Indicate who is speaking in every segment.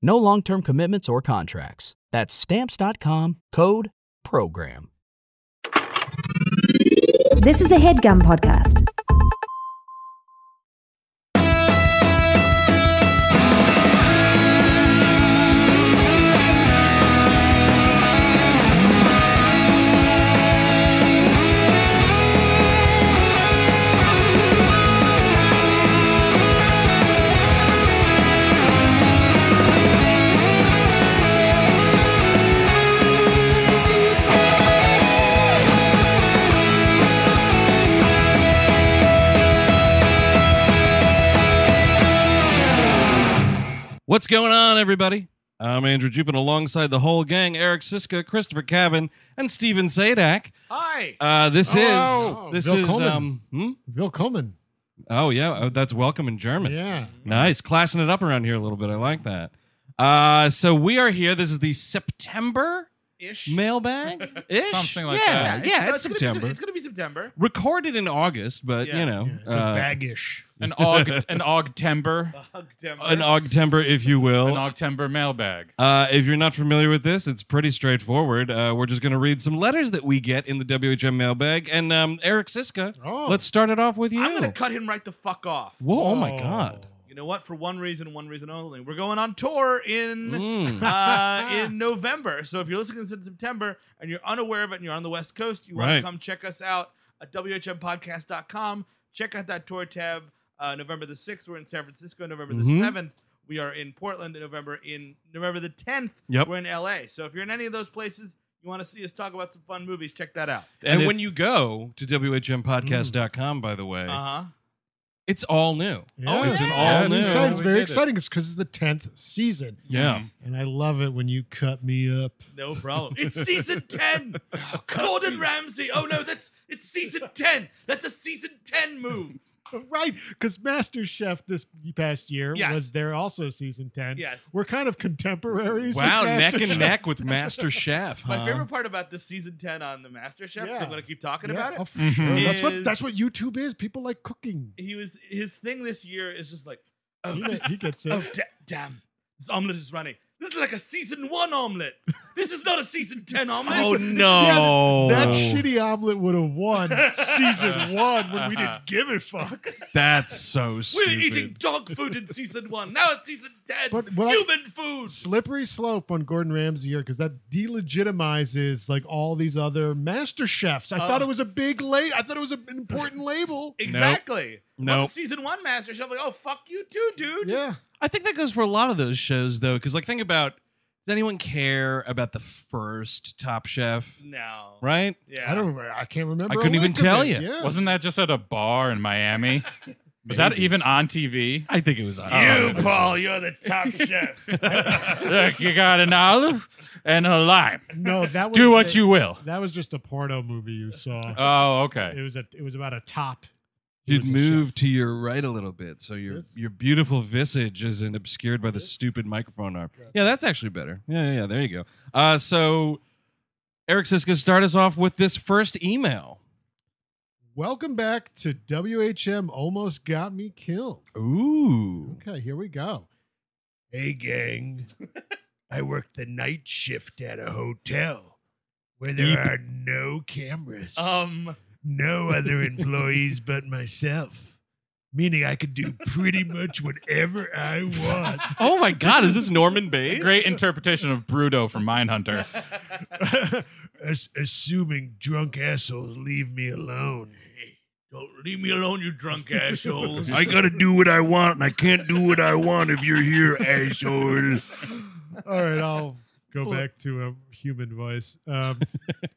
Speaker 1: No long term commitments or contracts. That's Stamps.com code PROGRAM.
Speaker 2: This is a headgum podcast.
Speaker 3: What's going on, everybody? I'm Andrew Jupin alongside the whole gang Eric Siska, Christopher Cabin, and Steven Sadak.
Speaker 4: Hi.
Speaker 3: Uh, this
Speaker 4: Hello.
Speaker 3: is. This
Speaker 5: Bill
Speaker 3: is.
Speaker 5: Coleman.
Speaker 3: Um, hmm?
Speaker 5: Bill Coleman.
Speaker 3: Oh, yeah. Oh, that's welcome in German.
Speaker 5: Yeah.
Speaker 3: Nice. Classing it up around here a little bit. I like that. Uh, so we are here. This is the September
Speaker 4: Ish.
Speaker 3: mailbag ish.
Speaker 6: Something like
Speaker 3: yeah,
Speaker 6: that.
Speaker 3: Yeah,
Speaker 4: no,
Speaker 3: it's,
Speaker 4: gonna be
Speaker 3: September.
Speaker 4: Sep- it's gonna be September.
Speaker 3: Recorded in August, but
Speaker 4: Yeah.
Speaker 3: you know,
Speaker 5: It's
Speaker 3: uh,
Speaker 5: baggish.
Speaker 6: an og an ogtember
Speaker 3: an Augtember, if you will.
Speaker 6: an ogtember mailbag
Speaker 3: Uh, if you're not familiar with this, it's pretty straightforward. Uh, we're just going to read some letters that we get in the WHM mailbag. And um, Eric Siska,
Speaker 5: Oh.
Speaker 3: let's start it off with you.
Speaker 4: I'm gonna cut him right the fuck off.
Speaker 3: Whoa, oh my God.
Speaker 4: You know what? For one reason, one reason only. We're going on tour in
Speaker 3: Mm.
Speaker 4: uh, in November. So if you're listening to this in September and you're unaware of it and you're on the West Coast, you want
Speaker 3: Right.
Speaker 4: to come check us out at whmpodcast.com. Check out that tour tab. Uh, November the sixth, we're in San Francisco. November the
Speaker 3: Mhm.
Speaker 4: seventh, we are in Portland. In November in November the tenth,
Speaker 3: Yep.
Speaker 4: we're in LA. So if you're in any of those places, you want to see us talk about some fun movies, check that out.
Speaker 3: And,
Speaker 6: if-
Speaker 3: when you go to WHMPodcast.com, by the way,
Speaker 4: Uh huh.
Speaker 3: Uh-huh. it's all new.
Speaker 4: Oh,
Speaker 3: it's an
Speaker 4: yeah.
Speaker 3: all
Speaker 5: it's
Speaker 3: new.
Speaker 5: exciting. It's
Speaker 6: We
Speaker 5: very
Speaker 6: did it.
Speaker 5: exciting. It's because it's the tenth season,
Speaker 3: Yeah.
Speaker 5: and I love it when you cut me up.
Speaker 4: No problem. it's season ten.
Speaker 3: Oh,
Speaker 4: Gordon Ramsay. Oh no, that's it's season ten. That's a season ten move.
Speaker 5: Right, because Master Chef this past year
Speaker 4: Yes.
Speaker 5: was there also season ten.
Speaker 4: Yes.
Speaker 5: we're kind of contemporaries.
Speaker 3: Wow,
Speaker 5: with
Speaker 3: neck
Speaker 5: Master
Speaker 3: and
Speaker 5: Chef.
Speaker 3: neck with Master Chef.
Speaker 4: My
Speaker 3: huh?
Speaker 4: favorite part about this season ten on the Master Chef, 'cause
Speaker 5: Yeah.
Speaker 4: I'm gonna keep talking
Speaker 5: Yeah,
Speaker 4: about it.
Speaker 5: oh, for sure.
Speaker 3: Mm-hmm.
Speaker 5: That's
Speaker 4: Is-
Speaker 5: what that's what YouTube is. People like cooking.
Speaker 4: He was his thing this year is just like, oh,
Speaker 5: He,
Speaker 4: this,
Speaker 5: he gets it.
Speaker 4: oh da- damn, this omelet is running. This is like a season one omelet. This is not a season ten omelet.
Speaker 3: Oh,
Speaker 4: It's a-
Speaker 3: no.
Speaker 5: That shitty omelet would have won season one when we didn't give a fuck.
Speaker 3: That's so
Speaker 4: We're
Speaker 3: stupid.
Speaker 4: eating dog food in season one. Now it's season ten.
Speaker 5: But what I-
Speaker 4: Human food.
Speaker 5: slippery slope on Gordon Ramsay here because that delegitimizes like all these other master chefs. I
Speaker 3: Uh,
Speaker 5: thought
Speaker 4: Oh.
Speaker 5: it was a big late. I thought it was an important label.
Speaker 4: Exactly.
Speaker 3: Nope.
Speaker 4: Once season one Master Chef, like, oh fuck you too, dude.
Speaker 5: Yeah,
Speaker 3: I think that goes for a lot of those shows, though, because like, think about does anyone care about the first Top Chef?
Speaker 4: No.
Speaker 3: Right?
Speaker 4: Yeah.
Speaker 5: I don't. I can't remember.
Speaker 3: I
Speaker 5: a
Speaker 3: couldn't even
Speaker 5: lick of
Speaker 3: tell
Speaker 5: it.
Speaker 3: you.
Speaker 5: Yeah.
Speaker 6: wasn't that just at a bar in miami was that even on tv
Speaker 3: I think it was on.
Speaker 6: You,
Speaker 3: television.
Speaker 4: Paul, you're the top chef.
Speaker 6: look you got an olive and a lime
Speaker 5: no, that was
Speaker 6: do what
Speaker 5: a-
Speaker 6: you will
Speaker 5: That was just a porno movie you saw.
Speaker 6: oh
Speaker 5: it
Speaker 6: okay
Speaker 5: was a. It was about a top. who
Speaker 3: You'd
Speaker 5: was a
Speaker 3: move to your right a little bit, so your
Speaker 5: This?
Speaker 3: your beautiful visage isn't obscured by the stupid microphone arm. Yeah, that's actually better. Yeah, yeah, yeah. There you go. Uh, so Eric Siska, start us off with this first email.
Speaker 5: chef. Welcome back to WHM. Almost got me killed.
Speaker 3: Ooh,
Speaker 5: Okay, here we go. Hey, gang. I work the night shift at a hotel where there are no cameras.
Speaker 4: um,
Speaker 5: no other employees but myself, meaning I could do pretty much whatever I want.
Speaker 3: oh my God, is this Norman Bates?
Speaker 6: great interpretation of bruto from mindhunter
Speaker 7: As- assuming drunk assholes leave me alone.
Speaker 4: Don't leave me alone, you drunk assholes.
Speaker 7: I gotta do what I want, and I can't do what I want if you're here, asshole.
Speaker 5: All right, I'll go back to a human voice. Um,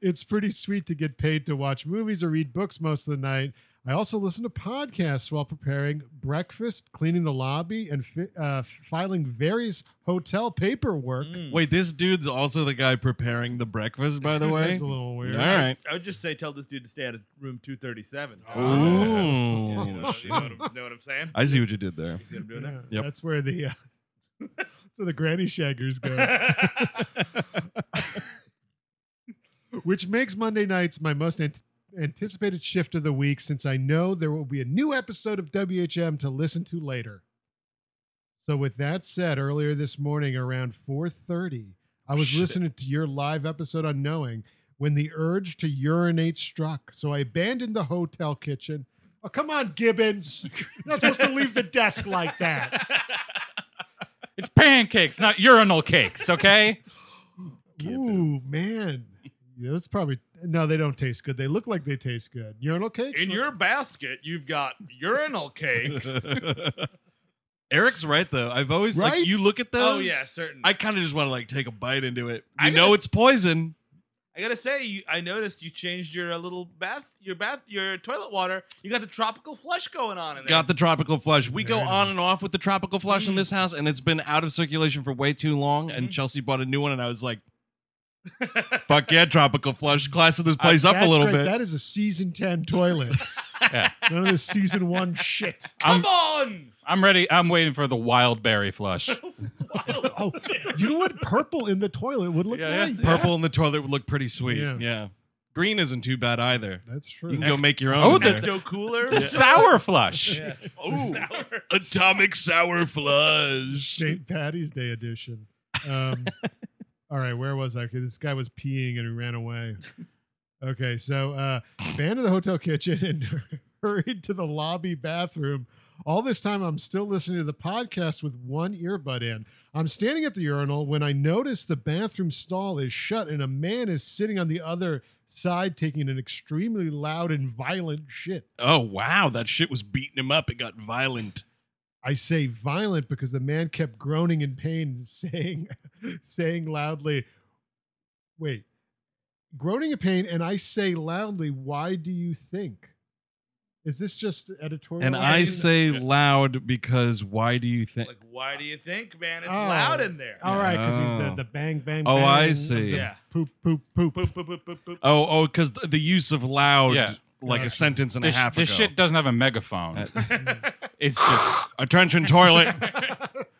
Speaker 5: it's pretty sweet to get paid to watch movies or read books most of the night. I also listen to podcasts while preparing breakfast, cleaning the lobby, and fi- uh, filing various hotel paperwork.
Speaker 4: Mm.
Speaker 3: Wait, this dude's also the guy preparing the breakfast, by the way.
Speaker 5: That's a little
Speaker 3: All
Speaker 5: weird.
Speaker 3: right.
Speaker 4: I would just say tell this dude to stay out of room 237.
Speaker 3: Ooh.
Speaker 5: Yeah,
Speaker 3: you know,
Speaker 4: Oh, You
Speaker 3: shit.
Speaker 4: know what I'm, know what I'm saying?
Speaker 3: I see what you did there.
Speaker 4: See what I'm doing
Speaker 5: Yeah,
Speaker 4: there?
Speaker 3: Yep.
Speaker 5: That's where the uh, that's where the granny shaggers go. which makes Monday nights my most ant- anticipated shift of the week since I know there will be a new episode of WHM to listen to later. So with that said, earlier this morning around 4:30, I was
Speaker 4: Shit.
Speaker 5: listening to your live episode on knowing when the urge to urinate struck. So I abandoned the hotel kitchen. Oh, come on, Gibbons. You're not supposed to leave the desk like that.
Speaker 6: It's pancakes, not urinal cakes, okay?
Speaker 5: Ooh, man. Yeah, That's probably no, they don't taste good. They look like they taste good. Urinal cakes?
Speaker 4: In your basket, you've got urinal cakes.
Speaker 3: Eric's right though. I've always
Speaker 5: Right?
Speaker 3: like you look at those.
Speaker 4: oh, yeah, certain.
Speaker 3: I kind of just want to like take a bite into it.
Speaker 4: I
Speaker 3: I know
Speaker 4: gotta-
Speaker 3: it's poison.
Speaker 4: I gotta say, you, I noticed you changed your uh, little bath, your bath, your toilet water. You got the tropical flush going on in there.
Speaker 3: Got the tropical flush. We go
Speaker 5: Very
Speaker 3: on
Speaker 5: nice.
Speaker 3: and off with the tropical flush in this house, and it's been out of circulation for way too long. And Chelsea bought a new one, and I was like, "Fuck yeah, tropical flush!" Classing this place up a
Speaker 5: That's
Speaker 3: little
Speaker 5: great.
Speaker 3: bit.
Speaker 5: That is a season 10 toilet.
Speaker 6: Yeah.
Speaker 5: None of this season one shit.
Speaker 4: Come on!
Speaker 6: I'm ready. I'm waiting for the wild berry flush.
Speaker 4: Wild.
Speaker 5: Oh, you know what? Purple in the toilet would look nice.
Speaker 3: Purple in the toilet would look pretty sweet.
Speaker 5: Yeah.
Speaker 3: Yeah. Green isn't too bad either.
Speaker 5: That's true.
Speaker 3: You can go make your own.
Speaker 6: Oh,
Speaker 3: in there.
Speaker 4: Ecto cooler.
Speaker 6: The sour flush.
Speaker 3: Ooh, atomic sour flush.
Speaker 5: St. Patty's Day edition. Um, all right, where was I? Okay, this guy was peeing and he ran away. Okay, so uh, abandoned the hotel kitchen and hurried to the lobby bathroom. All this time, I'm still listening to the podcast with one earbud in. I'm standing at the urinal when I notice the bathroom stall is shut and a man is sitting on the other side taking an extremely loud and violent shit.
Speaker 3: Oh wow, that shit was beating him up. It got violent.
Speaker 5: I say violent because the man kept groaning in pain, and saying, saying loudly, "Wait, groaning in pain." And I say loudly, "Why do you think? Is this just editorial?"
Speaker 3: And I say loud because why do you think?
Speaker 4: Like, why do you think, man? It's
Speaker 5: Oh.
Speaker 4: loud in there.
Speaker 5: all right, because he's
Speaker 3: Oh.
Speaker 5: the, the bang bang.
Speaker 3: Oh, I
Speaker 5: bang of
Speaker 3: see.
Speaker 5: the
Speaker 4: Yeah.
Speaker 5: Poop poop poop.
Speaker 4: Boop, boop, boop, boop, boop.
Speaker 3: Oh, oh, because the, the use of loud,
Speaker 6: Yeah.
Speaker 3: like a sentence and
Speaker 6: This,
Speaker 3: a half
Speaker 6: this
Speaker 3: ago.
Speaker 6: shit doesn't have a megaphone. it's just
Speaker 3: Attention, toilet.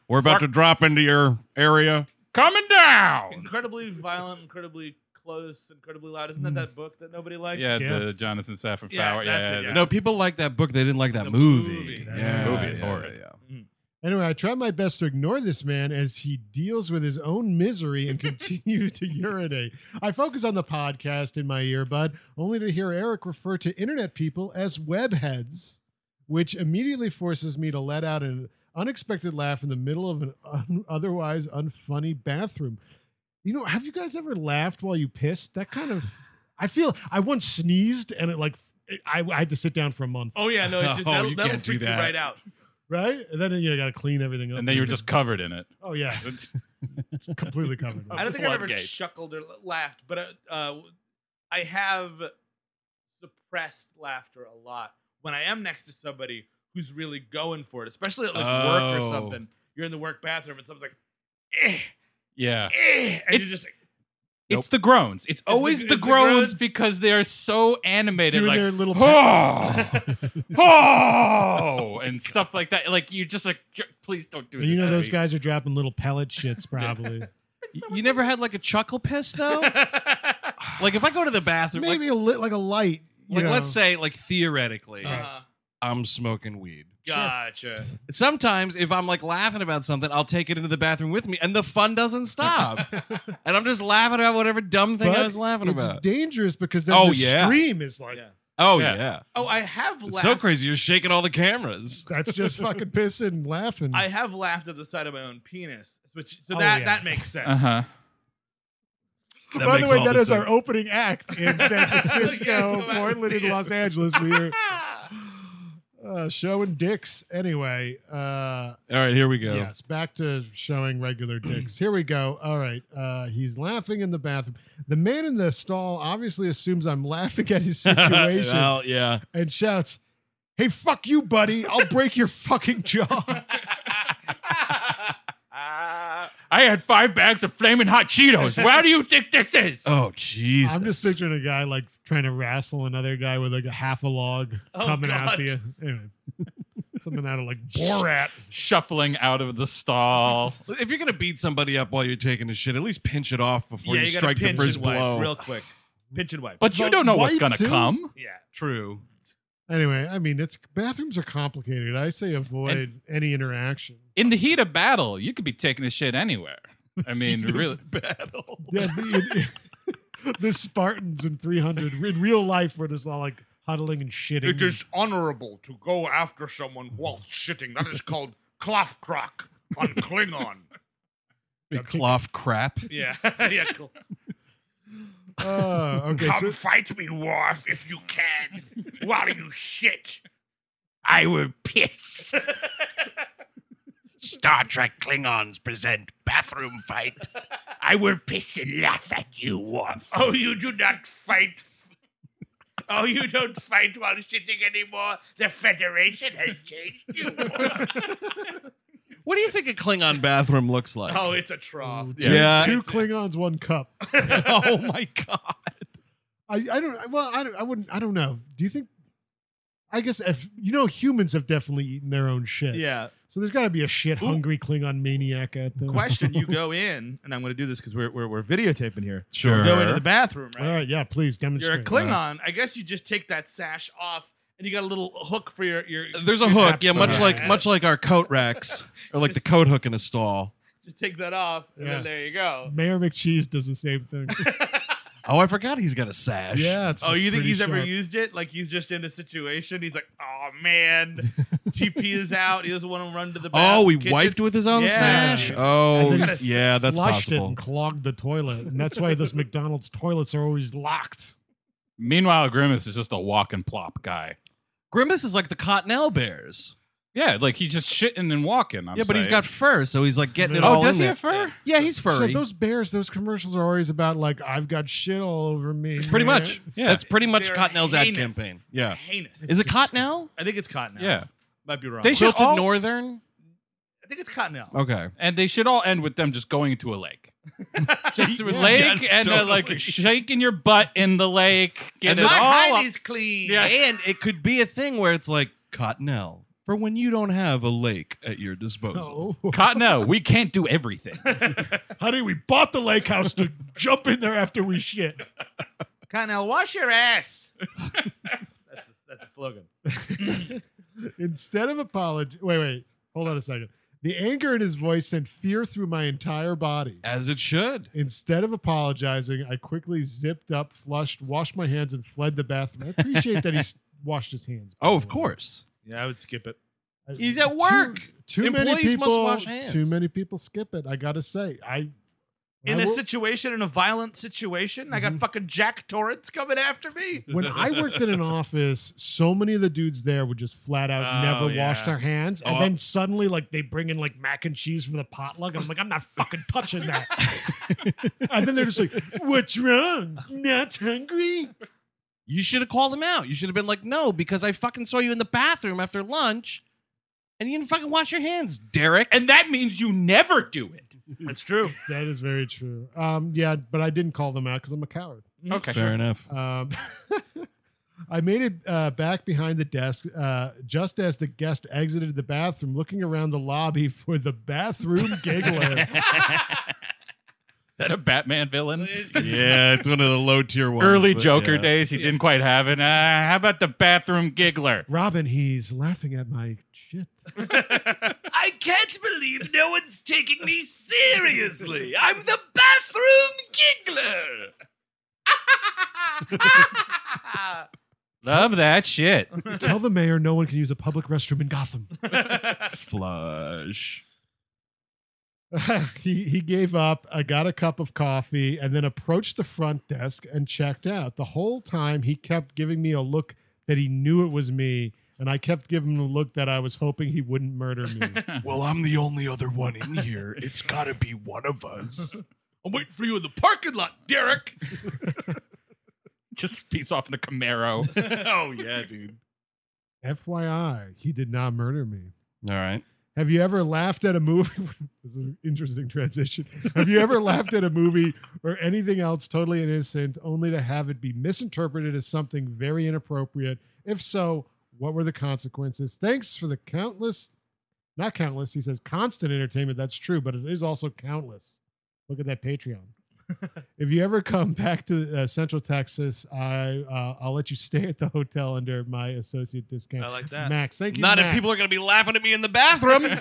Speaker 3: We're about to drop into your area.
Speaker 6: coming down.
Speaker 4: Incredibly violent, incredibly close, incredibly loud. Isn't
Speaker 3: Mm.
Speaker 4: that that book that nobody likes?
Speaker 6: Yeah,
Speaker 5: Yeah.
Speaker 6: the Jonathan Safran
Speaker 4: Yeah,
Speaker 6: Foer.
Speaker 4: that's it, yeah.
Speaker 3: No, people like that book. They didn't like that
Speaker 4: The movie.
Speaker 3: movie.
Speaker 4: That
Speaker 5: movie
Speaker 6: is horrid.
Speaker 5: Anyway, I try my best to ignore this man as he deals with his own misery and continues to urinate. I focus on the podcast in my earbud, only to hear Eric refer to internet people as webheads, which immediately forces me to let out an unexpected laugh in the middle of an un- otherwise unfunny bathroom. You know, have you guys ever laughed while you pissed? That kind of, I feel I once sneezed and it like I, I had to sit down for a month,
Speaker 4: Oh yeah, no, it's just
Speaker 3: Oh,
Speaker 4: that'll,
Speaker 3: you
Speaker 4: that'll
Speaker 3: can't do
Speaker 4: freak you
Speaker 3: that.
Speaker 4: right out.
Speaker 5: right? And then you know, got to clean everything up.
Speaker 6: And then you're just covered in it.
Speaker 5: oh yeah, completely covered.
Speaker 4: I don't think I've ever
Speaker 6: Floodgates.
Speaker 4: chuckled or laughed, but uh, uh, I have suppressed laughter a lot when I am next to somebody who's really going for it, especially at like work or
Speaker 3: Oh.
Speaker 4: something. You're in the work bathroom and someone's like,
Speaker 6: Yeah.
Speaker 4: eh, and you're
Speaker 6: It's-
Speaker 4: just like,
Speaker 6: It's the groans. It's always
Speaker 4: the-
Speaker 6: the,
Speaker 4: it's the
Speaker 6: groans
Speaker 4: groans.
Speaker 6: because they are so animated.
Speaker 5: doing
Speaker 6: like,
Speaker 5: their little
Speaker 6: oh, oh, and stuff like that. Like you just like, j- please don't do
Speaker 5: And
Speaker 6: this.
Speaker 5: you know
Speaker 6: to
Speaker 5: those
Speaker 6: me.
Speaker 5: guys are dropping little pellet shits probably.
Speaker 3: You never had like a chuckle piss though? like if I go to the bathroom, like,
Speaker 5: Maybe a lit like a light. you
Speaker 3: like
Speaker 5: know.
Speaker 3: let's say like theoretically,
Speaker 4: uh,
Speaker 3: I'm smoking weed.
Speaker 4: gotcha.
Speaker 3: Sometimes if I'm like laughing about something, I'll take it into the bathroom with me, and the fun doesn't stop. and I'm just laughing about whatever dumb thing
Speaker 5: But
Speaker 3: I was laughing
Speaker 5: it's
Speaker 3: about.
Speaker 5: dangerous because then
Speaker 3: Oh,
Speaker 5: the
Speaker 3: yeah.
Speaker 5: stream is like
Speaker 4: Yeah.
Speaker 3: oh
Speaker 6: Yeah.
Speaker 3: yeah.
Speaker 4: Oh, I have
Speaker 3: It's
Speaker 4: laughed.
Speaker 3: so crazy. You're shaking all the cameras.
Speaker 5: that's just fucking pissing and laughing.
Speaker 4: I have laughed at the sight of my own penis, which so
Speaker 5: Oh,
Speaker 4: that
Speaker 6: Uh-huh.
Speaker 5: yeah.
Speaker 4: that makes sense.
Speaker 6: Uh huh.
Speaker 3: That
Speaker 5: By
Speaker 3: makes
Speaker 5: the way,
Speaker 3: all
Speaker 5: that
Speaker 3: the
Speaker 5: is our
Speaker 3: sense.
Speaker 5: opening act in San Francisco,
Speaker 4: come out and
Speaker 5: Portland, and
Speaker 4: see it.
Speaker 5: Los Angeles. We are uh, showing dicks. Anyway, uh,
Speaker 3: All right, here we go.
Speaker 5: yes, back to showing regular dicks. Here we go. All right. Uh, he's laughing in the bathroom. The man in the stall obviously assumes I'm laughing at his situation
Speaker 3: well, yeah.
Speaker 5: and shouts, Hey, fuck you, buddy. I'll break your fucking jaw.
Speaker 6: I had five bags of flaming hot Cheetos. Where do you think this is?
Speaker 3: Oh, Jesus.
Speaker 5: I'm just picturing a guy like trying to wrestle another guy with like a half a log
Speaker 4: Oh,
Speaker 5: coming
Speaker 4: God.
Speaker 5: after you. Anyway, something out of like Borat.
Speaker 6: Shuffling out of the stall.
Speaker 3: if you're gonna beat somebody up while you're taking a shit, at least pinch it off before
Speaker 4: yeah,
Speaker 3: you,
Speaker 4: you gotta
Speaker 3: strike the
Speaker 4: pinch
Speaker 3: first
Speaker 4: and wipe
Speaker 3: blow.
Speaker 4: real quick. Pinch and wipe.
Speaker 6: But you
Speaker 5: But
Speaker 6: don't know what's
Speaker 5: wipe
Speaker 6: going to
Speaker 5: too?
Speaker 6: come.
Speaker 4: yeah,
Speaker 3: True.
Speaker 5: Anyway, I mean, it's bathrooms are complicated. I say avoid any interaction.
Speaker 6: In the heat of battle, you could be taking a shit anywhere. I mean, really.
Speaker 3: Battle.
Speaker 5: Yeah, the, the Spartans in 300 in real life were just all like huddling and shitting.
Speaker 8: It is honorable to go after someone while shitting. That is called klofkrock on Klingon.
Speaker 3: Big cloth crap.
Speaker 4: yeah, yeah. Cool.
Speaker 5: Oh, okay.
Speaker 8: Come
Speaker 5: So,
Speaker 8: fight me, Worf, if you can, while you shit.
Speaker 6: I will piss.
Speaker 8: Star Trek Klingons present bathroom fight. I will piss and laugh at you, Worf. Oh, you do not fight. Oh, you don't fight while shitting anymore. The Federation has changed you. Worf.
Speaker 3: What do you think a Klingon bathroom looks like?
Speaker 4: Oh, it's a trough.
Speaker 5: Ooh,
Speaker 3: yeah.
Speaker 5: two-
Speaker 3: Yeah,
Speaker 5: two
Speaker 3: it's-
Speaker 5: Klingons, one cup.
Speaker 3: oh my god.
Speaker 5: I, I don't. Well, I, don't- I wouldn't. I don't know. Do you think? I guess if you know, humans have definitely eaten their own shit.
Speaker 4: Yeah.
Speaker 5: So there's got to be a shit hungry Klingon maniac out there.
Speaker 4: Question: You go in, and I'm going to do this because we're, we're we're videotaping here.
Speaker 3: Sure.
Speaker 4: You go into the bathroom, right?
Speaker 5: All right. Yeah. Please
Speaker 4: You're
Speaker 5: demonstrate.
Speaker 4: a Klingon. I guess you just take that sash off, and you got a little hook for your your.
Speaker 3: There's a
Speaker 4: your
Speaker 3: hook,
Speaker 4: tap
Speaker 3: yeah, much
Speaker 4: sock.
Speaker 3: like much like our coat racks, or like the coat hook in a stall.
Speaker 4: Just take that off, and
Speaker 5: Yeah.
Speaker 4: then there you go.
Speaker 5: Mayor McCheese does the same thing.
Speaker 3: Oh, I forgot he's got a sash.
Speaker 5: yeah. It's
Speaker 4: Oh, you think
Speaker 5: pretty
Speaker 4: he's ever
Speaker 5: sharp.
Speaker 4: used it? Like he's just in a situation. He's like, oh man, GP is out. He doesn't want to run to the.
Speaker 3: Oh, he
Speaker 4: kitchen.
Speaker 3: wiped with his own
Speaker 4: Yeah.
Speaker 3: sash.
Speaker 5: I
Speaker 3: Oh,
Speaker 5: think it's
Speaker 3: yeah, that's
Speaker 5: flushed it
Speaker 3: possible.
Speaker 5: and clogged the toilet, and that's why those McDonald's toilets are always locked.
Speaker 6: Meanwhile, Grimace is just a walk and plop guy.
Speaker 3: Grimace is like the Cottonelle Bears.
Speaker 6: Yeah, like he's just shitting and walking. I'm
Speaker 3: yeah, but he's
Speaker 6: saying.
Speaker 3: got fur, so he's like getting it all
Speaker 6: Oh, does
Speaker 3: in
Speaker 6: he
Speaker 3: there.
Speaker 6: have fur?
Speaker 3: Yeah, he's
Speaker 5: So
Speaker 3: furry.
Speaker 5: those bears, those commercials are always about like I've got shit all over me.
Speaker 3: pretty
Speaker 5: man."
Speaker 3: much.
Speaker 6: Yeah.
Speaker 3: that's pretty much
Speaker 4: They're
Speaker 3: Cottonelle's ad
Speaker 4: heinous.
Speaker 3: campaign. Yeah,
Speaker 4: Heinous.
Speaker 3: is it Cottonelle?
Speaker 4: I think it's Cottonelle.
Speaker 6: Yeah.
Speaker 4: might be wrong.
Speaker 6: They should
Speaker 3: Tilted
Speaker 6: all,
Speaker 3: Northern.
Speaker 4: I think it's Cottonelle.
Speaker 3: Okay.
Speaker 6: and they should all end with them just going into a lake. Just a
Speaker 5: Yeah.
Speaker 6: lake
Speaker 3: Yes,
Speaker 6: and uh,
Speaker 3: totally.
Speaker 6: like shaking your butt in the lake, get
Speaker 3: And
Speaker 6: it
Speaker 3: my
Speaker 6: all up.
Speaker 4: is clean.
Speaker 6: Yeah.
Speaker 3: And it could be a thing where it's like Cottonelle for when you don't have a lake at your disposal.
Speaker 5: Oh.
Speaker 6: Cottonelle, we can't do everything.
Speaker 5: Honey, we bought the lake house to jump in there after we shit.
Speaker 4: Cottonelle, wash your ass. that's, the, that's the slogan.
Speaker 5: Instead of apology, wait, wait, hold on a second. The anger in his voice sent fear through my entire body.
Speaker 3: As it should.
Speaker 5: Instead of apologizing, I quickly zipped up, flushed, washed my hands, and fled the bathroom. I appreciate that he s- washed his hands. by
Speaker 3: Oh,
Speaker 5: the
Speaker 3: of
Speaker 5: way.
Speaker 3: course.
Speaker 4: Yeah, I would skip it.
Speaker 5: I-
Speaker 3: He's at
Speaker 5: too-
Speaker 3: work.
Speaker 5: Too, many
Speaker 3: Employees must
Speaker 5: people.
Speaker 3: wash hands.
Speaker 5: Too many people skip it. I gotta say, I
Speaker 4: In
Speaker 5: I
Speaker 4: a
Speaker 5: wo-
Speaker 4: situation, in a violent situation, I
Speaker 6: Mm-hmm.
Speaker 4: got fucking Jack Torrance coming after me.
Speaker 5: when I worked in an office, so many of the dudes there would just flat out
Speaker 4: Oh,
Speaker 5: never wash
Speaker 4: yeah. uh,
Speaker 5: their hands. And
Speaker 3: Oh.
Speaker 5: then suddenly, like, they bring in like mac and cheese from the potluck. And I'm like, I'm not fucking touching that. and then they're just like, what's wrong? Not hungry?
Speaker 3: You should have called him out. You should have been like, no, because I fucking saw you in the bathroom after lunch and you didn't fucking wash your hands, Derek.
Speaker 6: and that means you never do it.
Speaker 4: That's true.
Speaker 5: That is very true. Um, yeah, but I didn't call them out because I'm a coward.
Speaker 3: Mm-hmm.
Speaker 6: Okay.
Speaker 3: enough.
Speaker 5: Um, I made it uh, back behind the desk uh, just as the guest exited the bathroom, looking around the lobby for the bathroom giggler.
Speaker 6: Is that a Batman villain?
Speaker 3: Yeah, it's one of the low tier ones.
Speaker 6: Early
Speaker 3: but
Speaker 6: Joker
Speaker 3: yeah.
Speaker 6: days, he didn't quite have it. Uh, how about the bathroom giggler?
Speaker 5: Robin, he's laughing at my shit.
Speaker 8: I can't believe no one's taking me seriously. I'm the bathroom giggler.
Speaker 6: Love that shit.
Speaker 5: Tell the mayor no one can use a public restroom in Gotham.
Speaker 3: Flush.
Speaker 5: he he gave up. I got a cup of coffee and then approached the front desk and checked out. The whole time he kept giving me a look that he knew it was me, and I kept giving him a look that I was hoping he wouldn't murder me.
Speaker 9: Well, I'm the only other one in here. It's got to be one of us.
Speaker 4: I'm waiting for you in the parking lot, Derek.
Speaker 6: Just speeds off in a Camaro.
Speaker 4: oh yeah, dude.
Speaker 5: FYI, he did not murder me.
Speaker 3: All right.
Speaker 5: Have you ever laughed at a movie? this is an interesting transition. Have you ever laughed at a movie or anything else totally innocent, only to have it be misinterpreted as something very inappropriate? If so, what were the consequences? Thanks for the countless, not countless, he says constant entertainment. That's true, but it is also countless. Look at that Patreon. if you ever come back to uh, Central Texas, I uh, I'll let you stay at the hotel under my associate discount.
Speaker 4: I like that.
Speaker 5: Max, thank you.
Speaker 9: Not if
Speaker 5: Max.
Speaker 9: people are going to be laughing at me in the bathroom.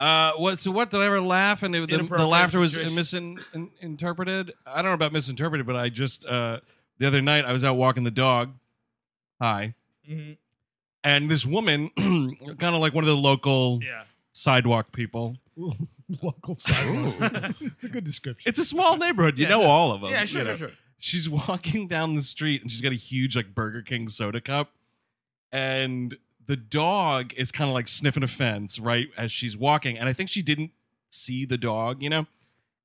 Speaker 3: Uh, what? So what? Did I ever laugh? And it, the, the
Speaker 4: Inappropriate
Speaker 3: laughter was
Speaker 4: situation.
Speaker 3: misinterpreted. I don't know about misinterpreted, but I just uh, the other night I was out walking the dog. Hi,
Speaker 4: Mhm.
Speaker 3: and this woman, kind of like one of the local
Speaker 4: Yeah.
Speaker 3: sidewalk people.
Speaker 5: local sidewalks. it's a good description.
Speaker 3: It's a small neighborhood. You
Speaker 4: Yeah,
Speaker 3: know
Speaker 4: sure.
Speaker 3: all of them.
Speaker 4: Yeah, sure,
Speaker 3: you know.
Speaker 4: sure, sure.
Speaker 3: she's walking down the street and she's got a huge like Burger King soda cup, and the dog is kind of like sniffing a fence right as she's walking, and I think she didn't see the dog, you know,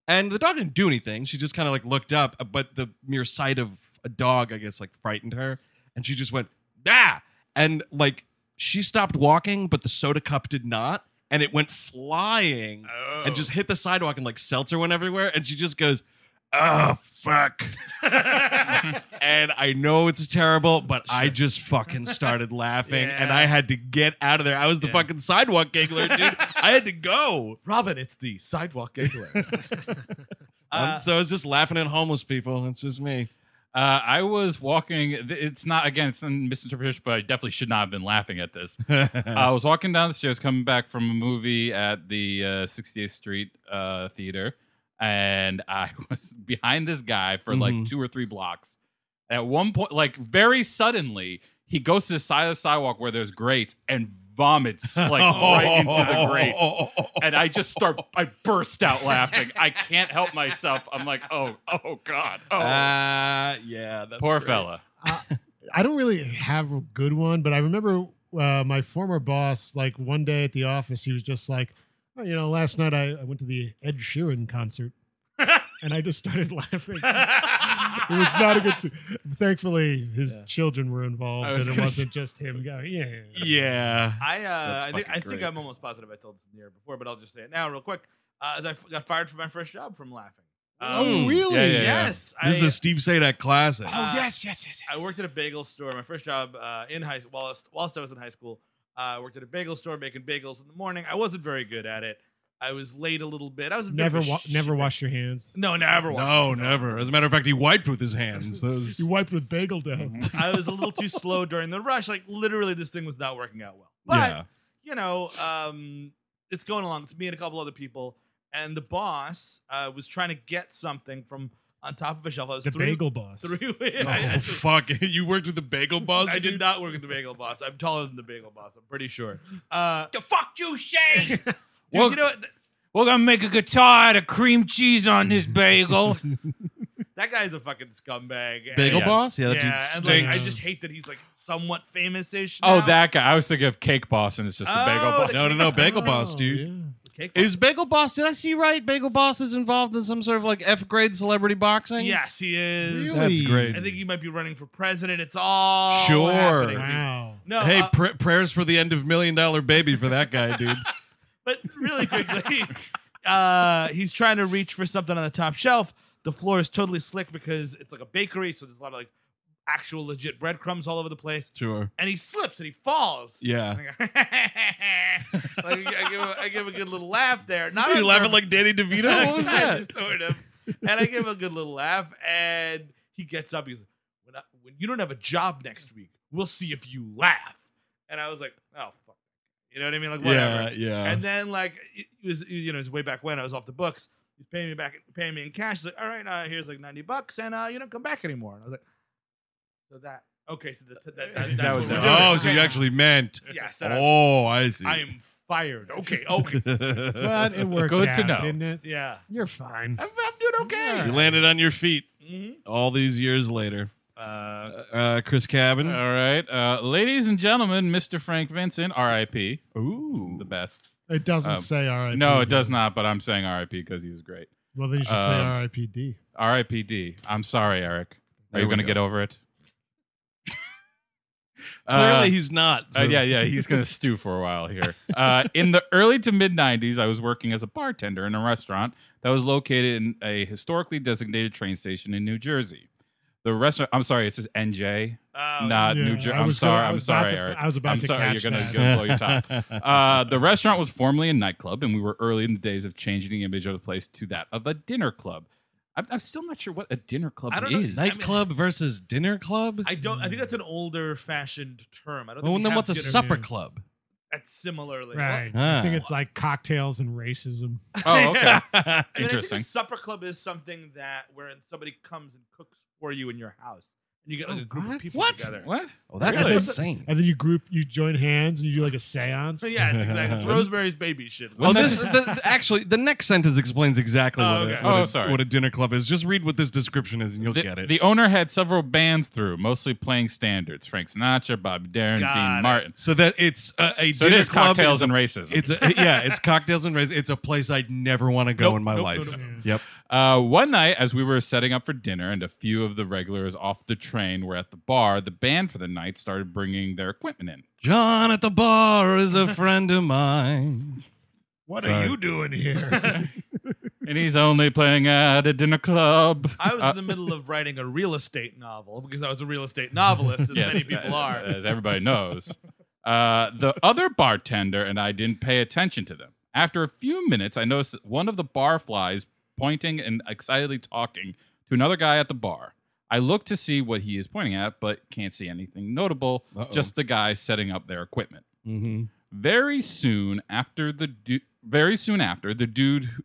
Speaker 3: and the dog didn't do anything. She just kind of like looked up, uh, but the mere sight of a dog, I guess, like frightened her, and she just went ah, and like she stopped walking, but the soda cup did not. And it went flying and just hit the sidewalk and like seltzer went everywhere. And she just goes, oh fuck and i know it's terrible but i just fucking started laughing and i had to get out of there i was the fucking sidewalk giggler dude i had to go
Speaker 4: Robin, it's the sidewalk giggler.
Speaker 3: Um, so i was just laughing at homeless people it's just me
Speaker 6: Uh, I was walking. th- It's not again. It's a misinterpretation, but I definitely should not have been laughing at this. I was walking down the stairs, coming back from a movie at the uh, 68th Street uh, Theater, and I was behind this guy for like
Speaker 3: Mhm.
Speaker 6: two or three blocks. At one point, like very suddenly, he goes to the side of the sidewalk where there's grates and vomits like right into the grates. And oh, I just start, I burst out laughing. I can't help myself. I'm like, oh, oh God, oh,
Speaker 3: uh, yeah that's
Speaker 6: poor
Speaker 3: great.
Speaker 6: fella.
Speaker 5: I don't really have a good one, but I remember uh, my former boss, like one day at the office, he was just like, oh, you know, last night I, I went to the Ed Sheeran concert. and I just started laughing. it was not a good. se- Thankfully, his children were involved,
Speaker 6: I was
Speaker 5: and it
Speaker 6: gonna
Speaker 5: wasn't just him. Going, yeah, yeah, yeah."
Speaker 3: yeah
Speaker 4: I uh,
Speaker 3: That's
Speaker 4: I think
Speaker 3: fucking
Speaker 4: I think
Speaker 3: great.
Speaker 4: I'm almost positive I told this in the air before, but I'll just say it now real quick. Uh, as I f- got fired from my first job from laughing. Um,
Speaker 3: Mm.
Speaker 5: Oh, really?
Speaker 6: Hmm. Yeah, yeah, yeah.
Speaker 4: yes,
Speaker 3: this
Speaker 4: I,
Speaker 3: is a steve sadak classic
Speaker 4: Uh,
Speaker 8: yes, yes,
Speaker 4: I worked at a bagel store. My first job uh, in high whilst whilst I was in high school, uh, I worked at a bagel store making bagels in the morning. I wasn't very good at it. I was late a little bit. I was a bit
Speaker 5: Never,
Speaker 4: of a Mm-hmm.
Speaker 5: wa-
Speaker 4: sh-
Speaker 5: never wash your hands.
Speaker 4: No, never. washed
Speaker 3: no never as a matter of fact he wiped with his hands those
Speaker 5: You wiped with bagel dough.
Speaker 4: I was a little too slow during the rush. Like literally, this thing was not working out well. But
Speaker 3: yeah
Speaker 4: you know, um, it's going along. It's me and a couple other people, and the boss uh, was trying to get something from on top of a shelf. I was
Speaker 5: The
Speaker 4: three,
Speaker 5: bagel boss.
Speaker 4: Three.
Speaker 3: oh
Speaker 4: I,
Speaker 3: fuck you worked with the bagel boss
Speaker 4: I did
Speaker 3: dude?
Speaker 4: not work at the bagel boss. I'm taller than the bagel boss. I'm pretty sure. Uh,
Speaker 8: The fuck you say?
Speaker 4: dude,
Speaker 6: Well-
Speaker 4: you know what? Th-
Speaker 6: We're gonna make a guitar out of cream cheese on this bagel.
Speaker 4: that guy's a fucking scumbag. and-
Speaker 3: bagel
Speaker 6: Yeah.
Speaker 3: boss yeah that dude
Speaker 4: yeah, and
Speaker 3: stinks
Speaker 4: like, I just hate that he's like somewhat famous-ish.
Speaker 6: oh,
Speaker 4: now.
Speaker 6: that guy. I was thinking of Cake Boss, and it's just the bagel
Speaker 4: Oh,
Speaker 6: boss.
Speaker 4: that's-
Speaker 3: No, no, no, Bagel Boss,
Speaker 5: Oh,
Speaker 3: dude.
Speaker 5: yeah.
Speaker 4: Cake boss.
Speaker 3: Is Bagel Boss? Did I see right? Bagel Boss is involved in some sort of like F grade celebrity boxing.
Speaker 4: Yes, he is.
Speaker 5: Really? That's
Speaker 4: I think he might be running for president. It's all
Speaker 3: Sure.
Speaker 4: happening.
Speaker 5: Wow.
Speaker 4: No,
Speaker 3: hey,
Speaker 4: uh,
Speaker 3: pr- prayers for the end of Million Dollar Baby for that guy, dude.
Speaker 4: but really quickly, uh, he's trying to reach for something on the top shelf. The floor is totally slick because it's like a bakery, so there's a lot of like actual legit breadcrumbs all over the place.
Speaker 3: sure.
Speaker 4: And he slips and he falls.
Speaker 3: Yeah.
Speaker 4: like, I, give a, I give a good little laugh there. Not
Speaker 3: Are you
Speaker 4: on
Speaker 3: laughing
Speaker 4: purpose.
Speaker 3: like Danny DeVito? What was that?
Speaker 4: Kinda, sort of. And I give a good little laugh, and he gets up. He's like, when, I, when you don't have a job next week, we'll see if you laugh. And I was like, oh, fuck. You know what I mean? Like, whatever.
Speaker 3: Yeah, yeah.
Speaker 4: And then like it was it- you know it was way back when I was off the books. He's paying me back, paying me in cash. He's like, all right, uh, here's like ninety bucks, and uh, you don't come back anymore. And I was like, So that okay. So the, that, that, that's
Speaker 6: That was
Speaker 4: what we're
Speaker 6: that.
Speaker 4: doing.
Speaker 3: Oh, so you actually meant.
Speaker 4: Yes. that I'm-
Speaker 3: Oh, I see.
Speaker 4: uh, I am fired. Okay. Okay.
Speaker 5: But it worked
Speaker 6: Good to
Speaker 5: out,
Speaker 6: know.
Speaker 5: didn't it?
Speaker 4: yeah.
Speaker 5: You're fine.
Speaker 4: I'm, I'm doing okay.
Speaker 3: you landed on your feet
Speaker 4: Mhm.
Speaker 3: all these years later. Uh, uh, Chris
Speaker 6: All
Speaker 3: Cabin.
Speaker 6: right, uh, ladies and gentlemen, Mr. Frank Vincent, R.I.P. Ooh, the best.
Speaker 5: It doesn't
Speaker 6: Um,
Speaker 5: say R.I.P.
Speaker 6: No, it does not. But I'm saying R.I.P. because he was great.
Speaker 5: Well, then you should say
Speaker 6: Um,
Speaker 5: R.I.P.D.
Speaker 6: R.I.P.D. I'm sorry, Eric. Are
Speaker 3: There
Speaker 6: you
Speaker 3: we
Speaker 6: going to
Speaker 3: go.
Speaker 6: get over it?
Speaker 3: Clearly,
Speaker 6: Uh,
Speaker 3: he's not.
Speaker 6: Uh, yeah, yeah, he's gonna stew for a while here. Uh, in the early to mid '90s, I was working as a bartender in a restaurant that was located in a historically designated train station in New Jersey. The restaurant, I'm sorry, it says NJ,
Speaker 4: Oh,
Speaker 6: not
Speaker 5: Yeah,
Speaker 6: New Jersey.
Speaker 5: I
Speaker 6: I'm
Speaker 5: was gonna-
Speaker 6: sorry,
Speaker 5: I
Speaker 6: I'm
Speaker 5: was about
Speaker 6: sorry,
Speaker 5: to-
Speaker 6: Eric.
Speaker 5: I was about
Speaker 6: I'm
Speaker 5: to
Speaker 6: sorry,
Speaker 5: catch
Speaker 6: you're gonna,
Speaker 5: that.
Speaker 6: gonna blow your top. Uh, the restaurant was formerly a nightclub, and we were early in the days of changing the image of the place to that of a dinner club. I'm, I'm still not sure what a dinner club
Speaker 4: I don't know.
Speaker 6: is.
Speaker 3: Nightclub versus dinner club.
Speaker 4: I don't.
Speaker 6: Hmm.
Speaker 4: I think that's an older-fashioned term. I don't.
Speaker 3: well,
Speaker 4: think we
Speaker 3: then
Speaker 4: have
Speaker 3: what's a
Speaker 4: dinner-
Speaker 3: supper
Speaker 5: Yeah.
Speaker 3: club?
Speaker 4: That's similarly Well,
Speaker 5: Right.
Speaker 3: Ah.
Speaker 5: I
Speaker 6: uh,
Speaker 5: think it's like cocktails and racism.
Speaker 6: oh, okay.
Speaker 4: I mean, I
Speaker 6: Interesting.
Speaker 4: think a supper club is something that wherein somebody comes and cooks for you in your house, and you get like a group of people
Speaker 6: Oh, What?
Speaker 4: together.
Speaker 6: What?
Speaker 3: Oh, that's
Speaker 6: Really?
Speaker 3: insane.
Speaker 5: And then you group, you join hands and you do like a seance.
Speaker 4: So yeah, it's exactly it's Rosemary's Baby shit.
Speaker 3: Well, this the, the- actually the next sentence explains exactly
Speaker 4: Oh,
Speaker 3: what,
Speaker 4: okay.
Speaker 3: a, what,
Speaker 6: Oh,
Speaker 3: a,
Speaker 6: sorry.
Speaker 3: what a dinner club is. Just read what this description is, and you'll
Speaker 6: the,
Speaker 3: get it.
Speaker 6: the owner had several bands through, mostly playing standards: Frank Sinatra, Bob Dylan,
Speaker 4: Got it.
Speaker 6: Dean Martin.
Speaker 3: so that it's a, a
Speaker 6: So it
Speaker 3: dinner
Speaker 6: is
Speaker 3: club.
Speaker 6: cocktails
Speaker 3: is a-
Speaker 6: and racism.
Speaker 3: It's a, yeah, it's cocktails and race. It's a place I'd never want to go in my life. Yep.
Speaker 6: uh, one night, as we were setting up for dinner, and a few of the regulars off the train were at the bar. The band for the night started bringing their equipment in.
Speaker 3: John at the bar is a friend of mine.
Speaker 7: What are
Speaker 3: Sorry.
Speaker 7: you doing here?
Speaker 6: And he's only playing at a dinner club.
Speaker 4: I was
Speaker 6: Uh,
Speaker 4: in the middle of writing a real estate novel because I was a real estate novelist, as
Speaker 6: yes,
Speaker 4: many people
Speaker 6: uh,
Speaker 4: are.
Speaker 6: As everybody knows. Uh, the other bartender and I didn't pay attention to them. After a few minutes, I noticed that one of the barflies pointing and excitedly talking to another guy at the bar. I look to see what he is pointing at, but can't see anything notable,
Speaker 3: Uh-oh.
Speaker 6: just the guy setting up their equipment.
Speaker 3: Mm-hmm.
Speaker 6: Very soon after the du- very soon after the dude who-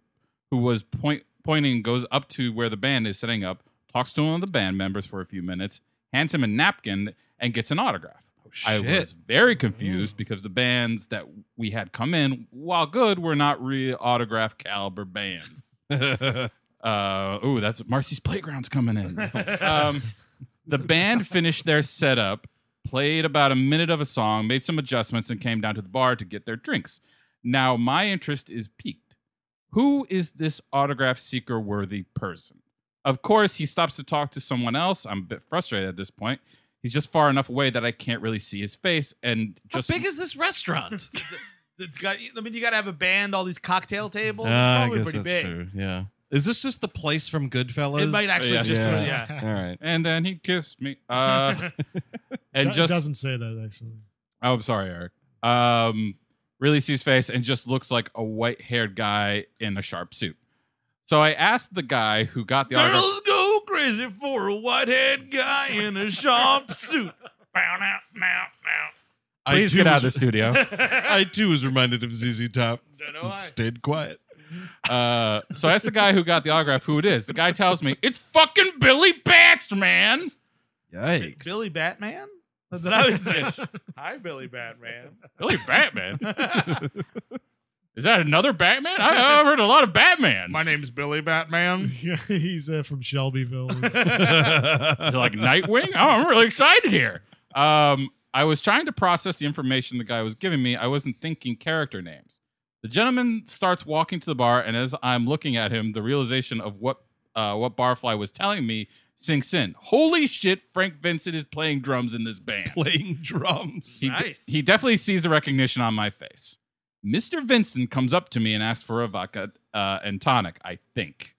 Speaker 6: who was point pointing goes up to where the band is setting up, talks to one of the band members for a few minutes, hands him a napkin and gets an autograph.
Speaker 3: Oh,
Speaker 6: I was very confused because the bands that we had come in, while good, were not real autograph caliber bands. uh, ooh, that's Marcy's Playground's coming in. um, the band finished their setup, played about a minute of a song, made some adjustments, and came down to the bar to get their drinks. Now, my interest is piqued. Who is this autograph seeker worthy person? Of course, he stops to talk to someone else. I'm a bit frustrated at this point. He's just far enough away that I can't really see his face. And
Speaker 3: How
Speaker 6: just
Speaker 3: big is this restaurant?
Speaker 4: It's, it's got. I mean, you got to have a band, all these cocktail tables.
Speaker 6: Uh,
Speaker 4: It's
Speaker 3: Ah,
Speaker 4: probably pretty big.
Speaker 3: Yeah. Is this just the place from Goodfellas?
Speaker 4: It might actually
Speaker 6: Oh, Yeah.
Speaker 4: just.
Speaker 3: Yeah.
Speaker 4: Yeah.
Speaker 3: All right.
Speaker 6: and then he kissed me. Uh, and
Speaker 5: Do-
Speaker 6: just
Speaker 5: doesn't say that actually.
Speaker 6: Oh, I'm sorry, Eric. Um, really sees face and just looks like a white haired guy in a sharp suit. So I asked the guy who got the autograph.
Speaker 4: go crazy for a white-haired guy in a sharp suit.
Speaker 6: Oh, Please
Speaker 3: I
Speaker 6: get
Speaker 3: too
Speaker 6: out
Speaker 3: was-
Speaker 6: of the studio.
Speaker 3: I too was reminded of ZZ Top.
Speaker 4: Don't know
Speaker 3: and
Speaker 4: why.
Speaker 3: Stayed quiet.
Speaker 6: Uh, so I asked the guy who got the autograph who it is. The guy tells me it's fucking Billy Batch, man.
Speaker 3: Yikes.
Speaker 4: Billy Batman. That's what I would say. Hi, Billy Batman.
Speaker 6: Billy Batman. Is that another Batman? I, I've heard a lot of Batmans.
Speaker 7: My name's Billy Batman.
Speaker 5: Yeah, he's uh, from Shelbyville.
Speaker 6: Is it like Nightwing? Oh, I'm really excited here. Um, I was trying to process the information the guy was giving me. I wasn't thinking character names. The gentleman starts walking to the bar, and as I'm looking at him, the realization of what uh, what Barfly was telling me sinks in. Holy shit! Frank Vincent is playing drums in this band.
Speaker 3: Playing drums.
Speaker 6: He, de-
Speaker 4: Nice.
Speaker 6: he definitely sees the recognition on my face. Mr. Vincent comes up to me and asks for a vodka uh, and tonic. I think.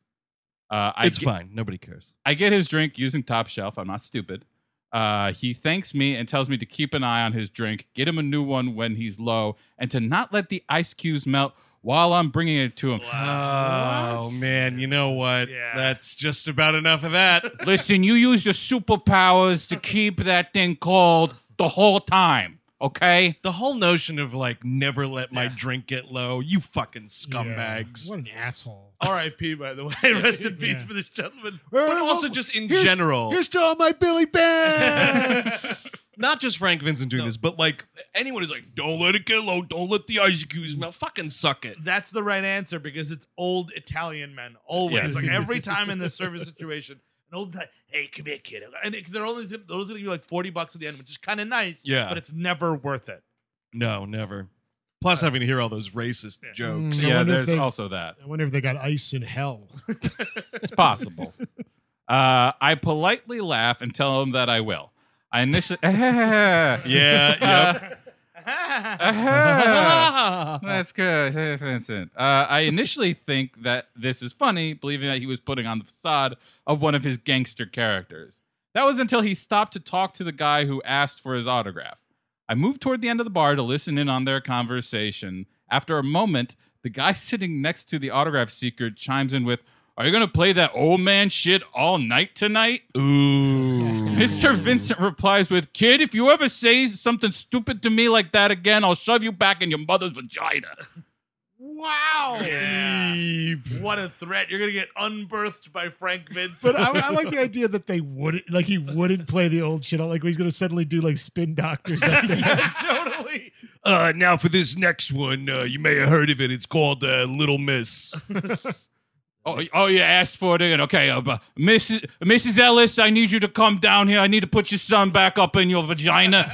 Speaker 6: Uh, I
Speaker 3: it's
Speaker 6: ge-
Speaker 3: fine. Nobody cares.
Speaker 6: I get his drink using Top Shelf. I'm not stupid. Uh, he thanks me and tells me to keep an eye on his drink, get him a new one when he's low, and to not let the ice cubes melt while I'm bringing it to him.
Speaker 3: Oh man, you know what?
Speaker 4: Yeah.
Speaker 3: That's just about enough of that.
Speaker 6: Listen, you use your superpowers to keep that thing cold the whole time. Okay.
Speaker 3: The whole notion of like never let my drink get low, you fucking scumbags.
Speaker 5: What an asshole.
Speaker 4: R.I.P. By the way, rest in peace
Speaker 5: Yeah.
Speaker 4: for this gentleman.
Speaker 3: But also just in general,
Speaker 5: Here's to all my Billy Bands.
Speaker 3: not just Frank Vincent doing this, but like anyone who's like, don't let it get low, don't let the ice cubes melt, fucking suck it.
Speaker 4: That's the right answer because it's old Italian men always.
Speaker 3: Yes.
Speaker 4: Like every time in the service situation, an old Italian, hey, come here, kid. And because they're only those are gonna be like forty bucks at the end, which is kind of nice.
Speaker 3: Yeah.
Speaker 4: but it's never worth it.
Speaker 3: No, never. Plus, having to hear all those racist jokes.
Speaker 5: Mm. I
Speaker 6: Uh, Yeah,
Speaker 5: wonder if
Speaker 6: there's
Speaker 5: they-
Speaker 6: also that.
Speaker 5: I wonder if they got ice in hell.
Speaker 6: It's possible. uh, I politely laugh and tell him that I will. I initially. yeah. That's good, Hey, Vincent. Uh, I initially think that this is funny, believing that he was putting on the facade of one of his gangster characters. That was until he stopped to talk to the guy who asked for his autograph. I moved toward the end of the bar to listen in on their conversation. After a moment, the guy sitting next to the autograph seeker chimes in with, Are you going to play that old man shit all night tonight? Mr. Vincent replies with, Kid, if you ever say something stupid to me like that again, I'll shove you back in your mother's vagina.
Speaker 4: Wow. What a threat! You're gonna get unbirthed by Frank Vincent.
Speaker 5: But I, I like the idea that they wouldn't, like he wouldn't play the old shit. Like he's gonna suddenly do like spin doctors. Out there.
Speaker 4: totally.
Speaker 9: Uh, now for this next one, uh, you may have heard of it. It's called uh, Little Miss.
Speaker 6: Oh, oh, you asked for it again. Okay, uh, but Mrs. Mrs. Ellis, I need you to come down here. I need to put your son back up in your vagina.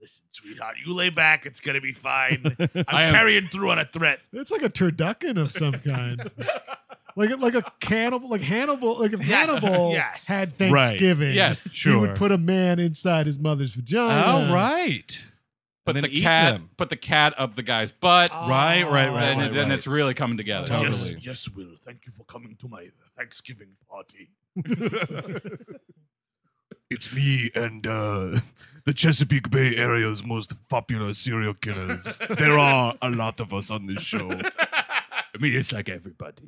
Speaker 4: Listen, sweetheart, you lay back. It's gonna be fine. I'm
Speaker 6: I am-
Speaker 4: carrying through on a threat.
Speaker 5: It's like a turducken of some kind. Like, like a cannibal, like Hannibal, like if
Speaker 4: Yes.
Speaker 5: Hannibal
Speaker 4: Yes.
Speaker 5: had
Speaker 3: Right.
Speaker 5: Thanksgiving,
Speaker 6: Yes,
Speaker 5: he
Speaker 3: sure.
Speaker 5: would put a man inside his mother's vagina.
Speaker 3: All right.
Speaker 6: Put
Speaker 3: then
Speaker 6: the
Speaker 3: eat
Speaker 6: cat,
Speaker 3: them.
Speaker 6: put the cat up the guy's butt.
Speaker 3: Right, right, right.
Speaker 6: Then,
Speaker 3: right,
Speaker 6: then
Speaker 3: right.
Speaker 6: it's really coming together.
Speaker 9: Yes,
Speaker 6: Totally.
Speaker 9: yes, Will. Thank you for coming to my Thanksgiving party. it's me and uh, the Chesapeake Bay area's most popular serial killers. there are a lot of us on this show.
Speaker 6: I mean, it's like everybody.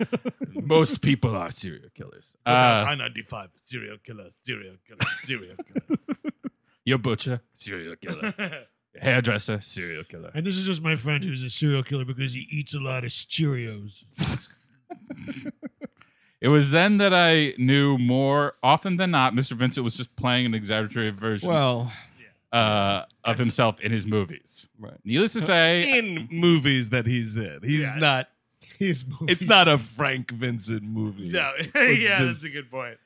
Speaker 6: Most people are serial killers. Uh,
Speaker 4: I 95 serial killer, serial killer, serial killer.
Speaker 6: your butcher, serial killer. Hairdresser, serial killer.
Speaker 7: And this is just my friend who's a serial killer because he eats a lot of Cheerios.
Speaker 6: It was then that I knew more often than not, Mr. Vincent was just playing an exaggerated version
Speaker 3: Well,
Speaker 6: uh, of himself in his movies.
Speaker 3: Right.
Speaker 6: Needless to say,
Speaker 3: in movies that he's in, he's
Speaker 4: Yeah.
Speaker 3: not.
Speaker 5: His movie.
Speaker 3: It's not a Frank Vincent movie.
Speaker 4: No,
Speaker 3: Which
Speaker 4: yeah,
Speaker 3: is-
Speaker 4: that's a good point.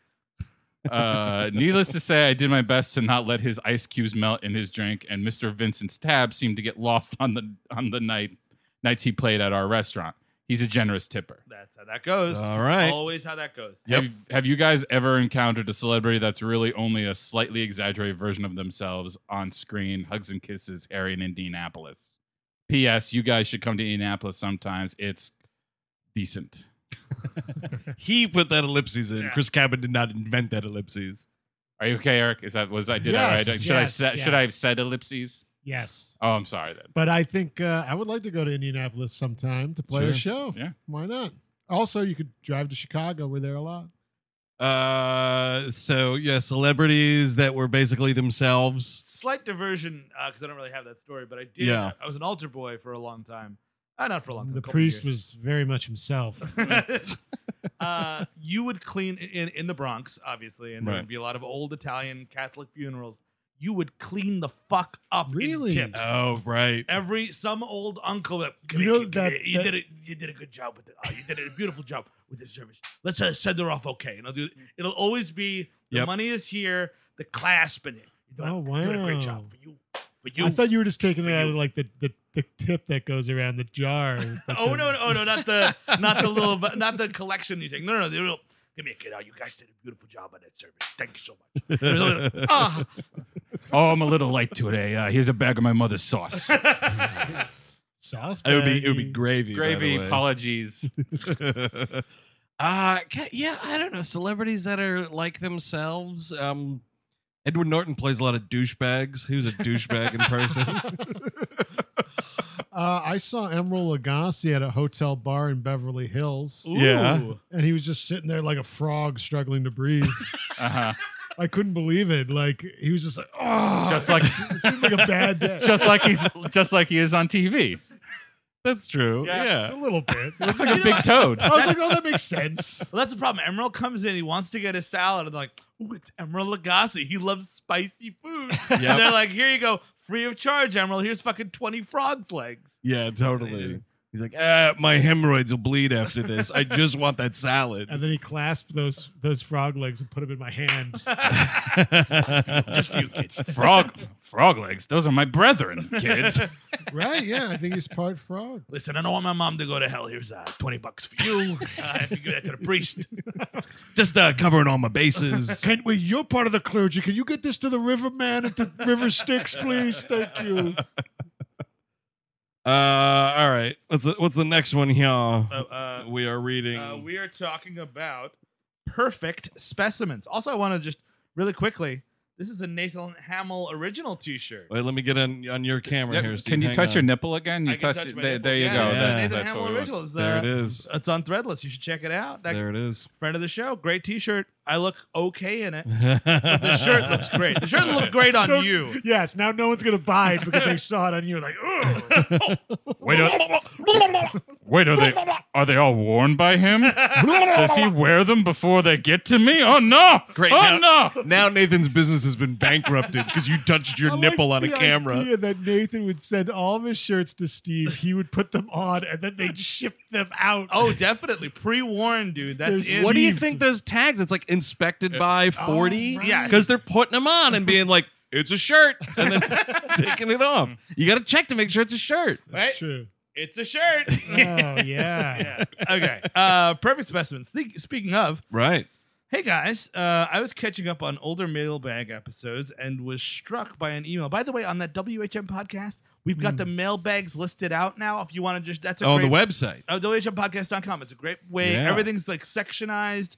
Speaker 6: uh, needless to say, I did my best to not let his ice cubes melt in his drink, and Mr. Vincent's tab seemed to get lost on the on the night nights he played at our restaurant. He's a generous tipper.
Speaker 4: That's how that goes.
Speaker 3: All right.
Speaker 4: Always how that goes.
Speaker 6: Have, have you guys ever encountered a celebrity that's really only a slightly exaggerated version of themselves on screen? Hugs and kisses, Harry in Indianapolis. P.S. You guys should come to Indianapolis sometimes. It's decent.
Speaker 3: He put that ellipses in.
Speaker 4: Yeah.
Speaker 3: Chris Cabin did not invent that ellipses.
Speaker 6: Are you okay, Eric? Is that was I did
Speaker 5: Yes,
Speaker 6: that right? Should I
Speaker 5: yes,
Speaker 6: sa- should I have
Speaker 5: yes.
Speaker 6: said ellipses?
Speaker 5: yes.
Speaker 6: Oh, I'm sorry then.
Speaker 5: But I think uh, I would like to go to Indianapolis sometime to play a show.
Speaker 6: Yeah.
Speaker 5: Why not? Also, you could drive to Chicago. We're there a lot.
Speaker 3: Uh, so yeah, celebrities that were basically themselves.
Speaker 4: Slight diversion, because I don't really have that story, but I did.
Speaker 3: Yeah.
Speaker 4: I was an altar boy for a long time. Uh, not for a long time.
Speaker 5: The
Speaker 4: a couple
Speaker 5: priest
Speaker 4: years.
Speaker 5: was very much himself.
Speaker 4: uh, you would clean in in the Bronx, obviously, and there
Speaker 3: Right.
Speaker 4: would be a lot of old Italian Catholic funerals. You would clean the fuck up in
Speaker 5: Really?
Speaker 4: tips.
Speaker 3: Oh, right.
Speaker 4: Every some old uncle that
Speaker 5: You know that-
Speaker 4: you
Speaker 5: that-
Speaker 4: did it you did a good job with it. Oh, you did a beautiful job with this service. Let's uh, send her off okay. And I'll do it'll always be the
Speaker 3: Yep.
Speaker 4: money is here, the clasp and it. You're doing,
Speaker 5: Oh,
Speaker 4: a- doing a great
Speaker 5: wow.
Speaker 4: job for you. For you.
Speaker 5: I thought you were just taking it out of
Speaker 4: you.
Speaker 5: like the, the, the tip that goes around the jar.
Speaker 4: oh no, no, oh no, not the not the little not the collection you take. No, no, no, the real Give me a kid. Oh, you guys did a beautiful job on that service. Thank you so much. Ah,
Speaker 6: Oh, I'm a little late today. Uh, here's a bag of my mother's sauce.
Speaker 5: Sauce
Speaker 3: It would be it would be
Speaker 5: baggy.
Speaker 3: gravy. by the
Speaker 6: Gravy.
Speaker 3: way.
Speaker 6: Apologies.
Speaker 3: uh ca- yeah, I don't know. Celebrities that are like themselves. Um Edward Norton plays a lot of douchebags. He was a douchebag in person.
Speaker 5: Uh, I saw Emeril Lagasse at a hotel bar in Beverly Hills,
Speaker 3: Yeah.
Speaker 5: and he was just sitting there like a frog struggling to breathe.
Speaker 6: Uh-huh.
Speaker 5: I couldn't believe it. Like he was just like, oh,
Speaker 6: Just like-
Speaker 5: it seemed like a bad day.
Speaker 6: just like he's just like he is on TV.
Speaker 3: That's true.
Speaker 6: Yeah.
Speaker 5: a little bit.
Speaker 6: Looks like a big toad.
Speaker 5: I was like, oh, that makes sense.
Speaker 4: Well, that's the problem. Emerald comes in. He wants to get a salad. And they're like, ooh, it's Emerald Lagasse. He loves spicy food.
Speaker 3: Yep.
Speaker 4: And they're like, here you go. Free of charge, Emerald. Here's fucking 20 frog's legs.
Speaker 3: Yeah, totally. He's like, ah, my hemorrhoids will bleed after this. I just want that salad.
Speaker 5: And then he clasped those those frog legs and put them in my hand.
Speaker 6: Frog frog legs. Those are my brethren, kids.
Speaker 5: right? Yeah, I think he's part frog.
Speaker 4: Listen, I don't want my mom to go to hell. Here's uh, 20 bucks for you. Uh, if you give that to the priest.
Speaker 3: just uh, covering all my bases.
Speaker 5: Kent, wait, you're part of the clergy. Can you get this to the river man at the river Styx, please? Thank you.
Speaker 3: Uh, all right. What's the, what's the next one here?
Speaker 4: Uh, uh,
Speaker 3: we are reading.
Speaker 4: Uh, we are talking about perfect specimens. Also, I want to just really quickly. This is a Nathan Hamill original T-shirt.
Speaker 3: Wait, let me get on on your camera
Speaker 6: Yeah,
Speaker 3: here.
Speaker 6: can
Speaker 3: Steve.
Speaker 6: you
Speaker 3: Hang
Speaker 6: touch
Speaker 3: on.
Speaker 6: your nipple again? You
Speaker 4: I can touch my
Speaker 6: there,
Speaker 4: nipples.
Speaker 6: there you
Speaker 4: Yeah,
Speaker 6: go.
Speaker 4: it's a
Speaker 6: That's,
Speaker 4: Nathan
Speaker 6: that's
Speaker 4: Hamill
Speaker 6: what we want.
Speaker 4: original. It's,
Speaker 3: There
Speaker 4: uh,
Speaker 3: it is.
Speaker 4: It's on Threadless. You should check it out. That
Speaker 3: There it is.
Speaker 4: friend of the show, great T-shirt. I look okay in it. The shirt looks great. The shirt looked great on you.
Speaker 5: Yes, now no one's gonna buy it because they saw it on you. Like, oh,
Speaker 6: Wait, are, wait, are they are they all worn by him? Does he wear them before they get to me? Oh no!
Speaker 3: Great,
Speaker 6: Oh no!
Speaker 3: Now Nathan's business has been bankrupted because you touched your
Speaker 5: I like
Speaker 3: nipple on a
Speaker 5: the
Speaker 3: camera.
Speaker 5: Idea that Nathan would send all of his shirts to Steve. He would put them on, and then they'd ship them out.
Speaker 4: Oh, definitely pre-warned, dude. That's
Speaker 5: There's-
Speaker 4: it.
Speaker 3: What do you
Speaker 5: Steve.
Speaker 3: think those tags? It's like inspected by 40?
Speaker 5: right.
Speaker 4: Yeah.
Speaker 3: Because they're putting them on and being like, it's a shirt, and then taking it off. You got to check to make sure it's a shirt.
Speaker 5: that's
Speaker 4: right?
Speaker 5: true.
Speaker 4: It's a shirt.
Speaker 5: Oh yeah.
Speaker 4: Yeah. Okay. Uh, perfect specimens. Think- Speaking of,
Speaker 3: Right.
Speaker 4: Hey guys, uh, I was catching up on older mailbag episodes and was struck by an email. By the way, on that WHM podcast, we've got
Speaker 5: Hmm.
Speaker 4: the mailbags listed out now. If you want to just, that's a
Speaker 3: On
Speaker 4: great,
Speaker 3: the website.
Speaker 4: Oh, WHMpodcast.com. It's a great way.
Speaker 3: Yeah.
Speaker 4: Everything's like sectionized.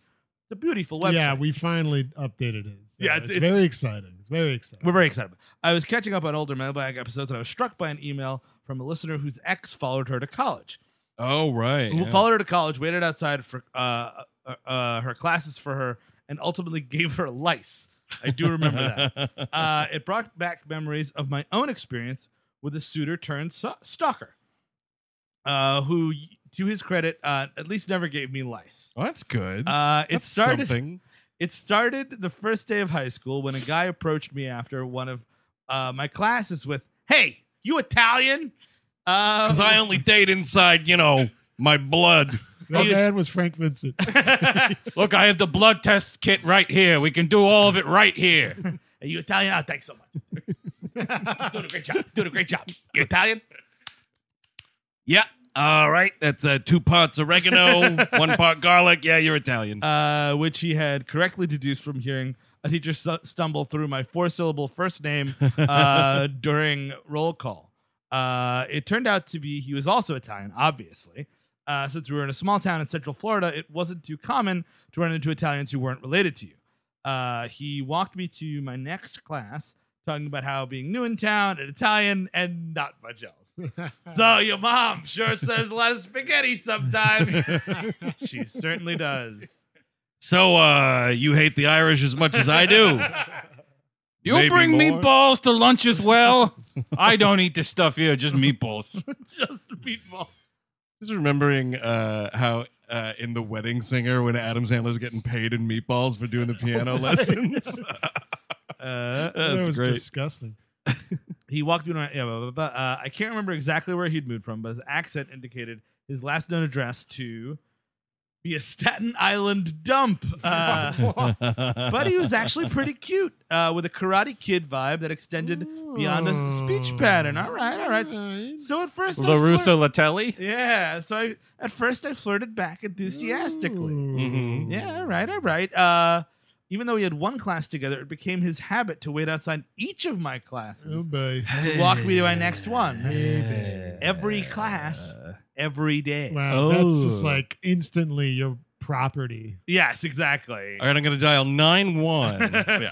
Speaker 4: It's a beautiful website.
Speaker 5: Yeah, we finally updated it. So
Speaker 4: Yeah, it's-
Speaker 5: it's,
Speaker 4: it's-
Speaker 5: very exciting. It's very exciting.
Speaker 4: We're very excited. about it. I was catching up on older mailbag episodes and I was struck by an email from a listener whose ex followed her to college.
Speaker 3: Oh, right.
Speaker 4: who
Speaker 3: yeah.
Speaker 4: followed her to college, waited outside for uh, uh, uh, her classes for her, and ultimately gave her lice. I do remember that. Uh, it brought back memories of my own experience with a suitor turned so- stalker, uh, who, to his credit, uh, at least never gave me lice.
Speaker 3: Well, that's good.
Speaker 4: Uh, it
Speaker 3: That's
Speaker 4: started.
Speaker 3: something.
Speaker 4: It started the first day of high school when a guy approached me after one of uh, my classes with, "Hey, you Italian?" Um,
Speaker 3: Because
Speaker 4: Because
Speaker 3: I only date inside, you know, my blood.
Speaker 5: That man was Frank Vincent.
Speaker 6: Look, I have the blood test kit right here. We can do all of it right here.
Speaker 4: Are you Italian? Oh, thanks so much. doing a great job. Doing a great job. You Italian?
Speaker 3: Yeah. All right. That's uh, two parts oregano, one part garlic. Yeah, you're Italian.
Speaker 4: Uh, which he had correctly deduced from hearing a teacher stu- stumble through my four syllable first name uh, during roll call. Uh, it turned out to be he was also Italian, obviously. Uh, since we were in a small town in central Florida, it wasn't too common to run into Italians who weren't related to you. Uh, he walked me to my next class, talking about how being new in town and Italian and not much else. so your mom sure serves a lot of spaghetti sometimes. she certainly does.
Speaker 3: so uh, you hate the Irish as much as I do.
Speaker 6: You
Speaker 3: Maybe
Speaker 6: bring
Speaker 3: more.
Speaker 6: meatballs to lunch as well. I don't eat this stuff here, just meatballs.
Speaker 4: Meatball.
Speaker 3: Just remembering uh, how uh, in The Wedding Singer, when Adam Sandler's getting paid in meatballs for doing the piano lessons.
Speaker 5: that
Speaker 3: that's
Speaker 5: was
Speaker 3: great.
Speaker 5: disgusting.
Speaker 4: He walked me around. Yeah, blah, blah, blah. Uh, I can't remember exactly where he'd moved from, but his accent indicated his last known address to be a Staten Island dump. Uh, but he was actually pretty cute uh, with a Karate Kid vibe that extended beyond a speech pattern. All right, all right. So at first, I flirt-
Speaker 6: LaRusso Latelli?
Speaker 4: yeah. So I, at first, I flirted back enthusiastically.
Speaker 3: Mhm.
Speaker 4: Mm-hmm. Yeah, all right, all right. Uh, even though we had one class together, it became his habit to wait outside each of my
Speaker 5: Oh
Speaker 4: classes
Speaker 5: boy.
Speaker 4: to walk me to my next one.
Speaker 5: Baby.
Speaker 4: Every
Speaker 3: Uh,
Speaker 4: class, every day.
Speaker 5: Wow, that's just like instantly your property.
Speaker 4: Yes, exactly.
Speaker 3: All right, I'm going to dial 9 1. yeah.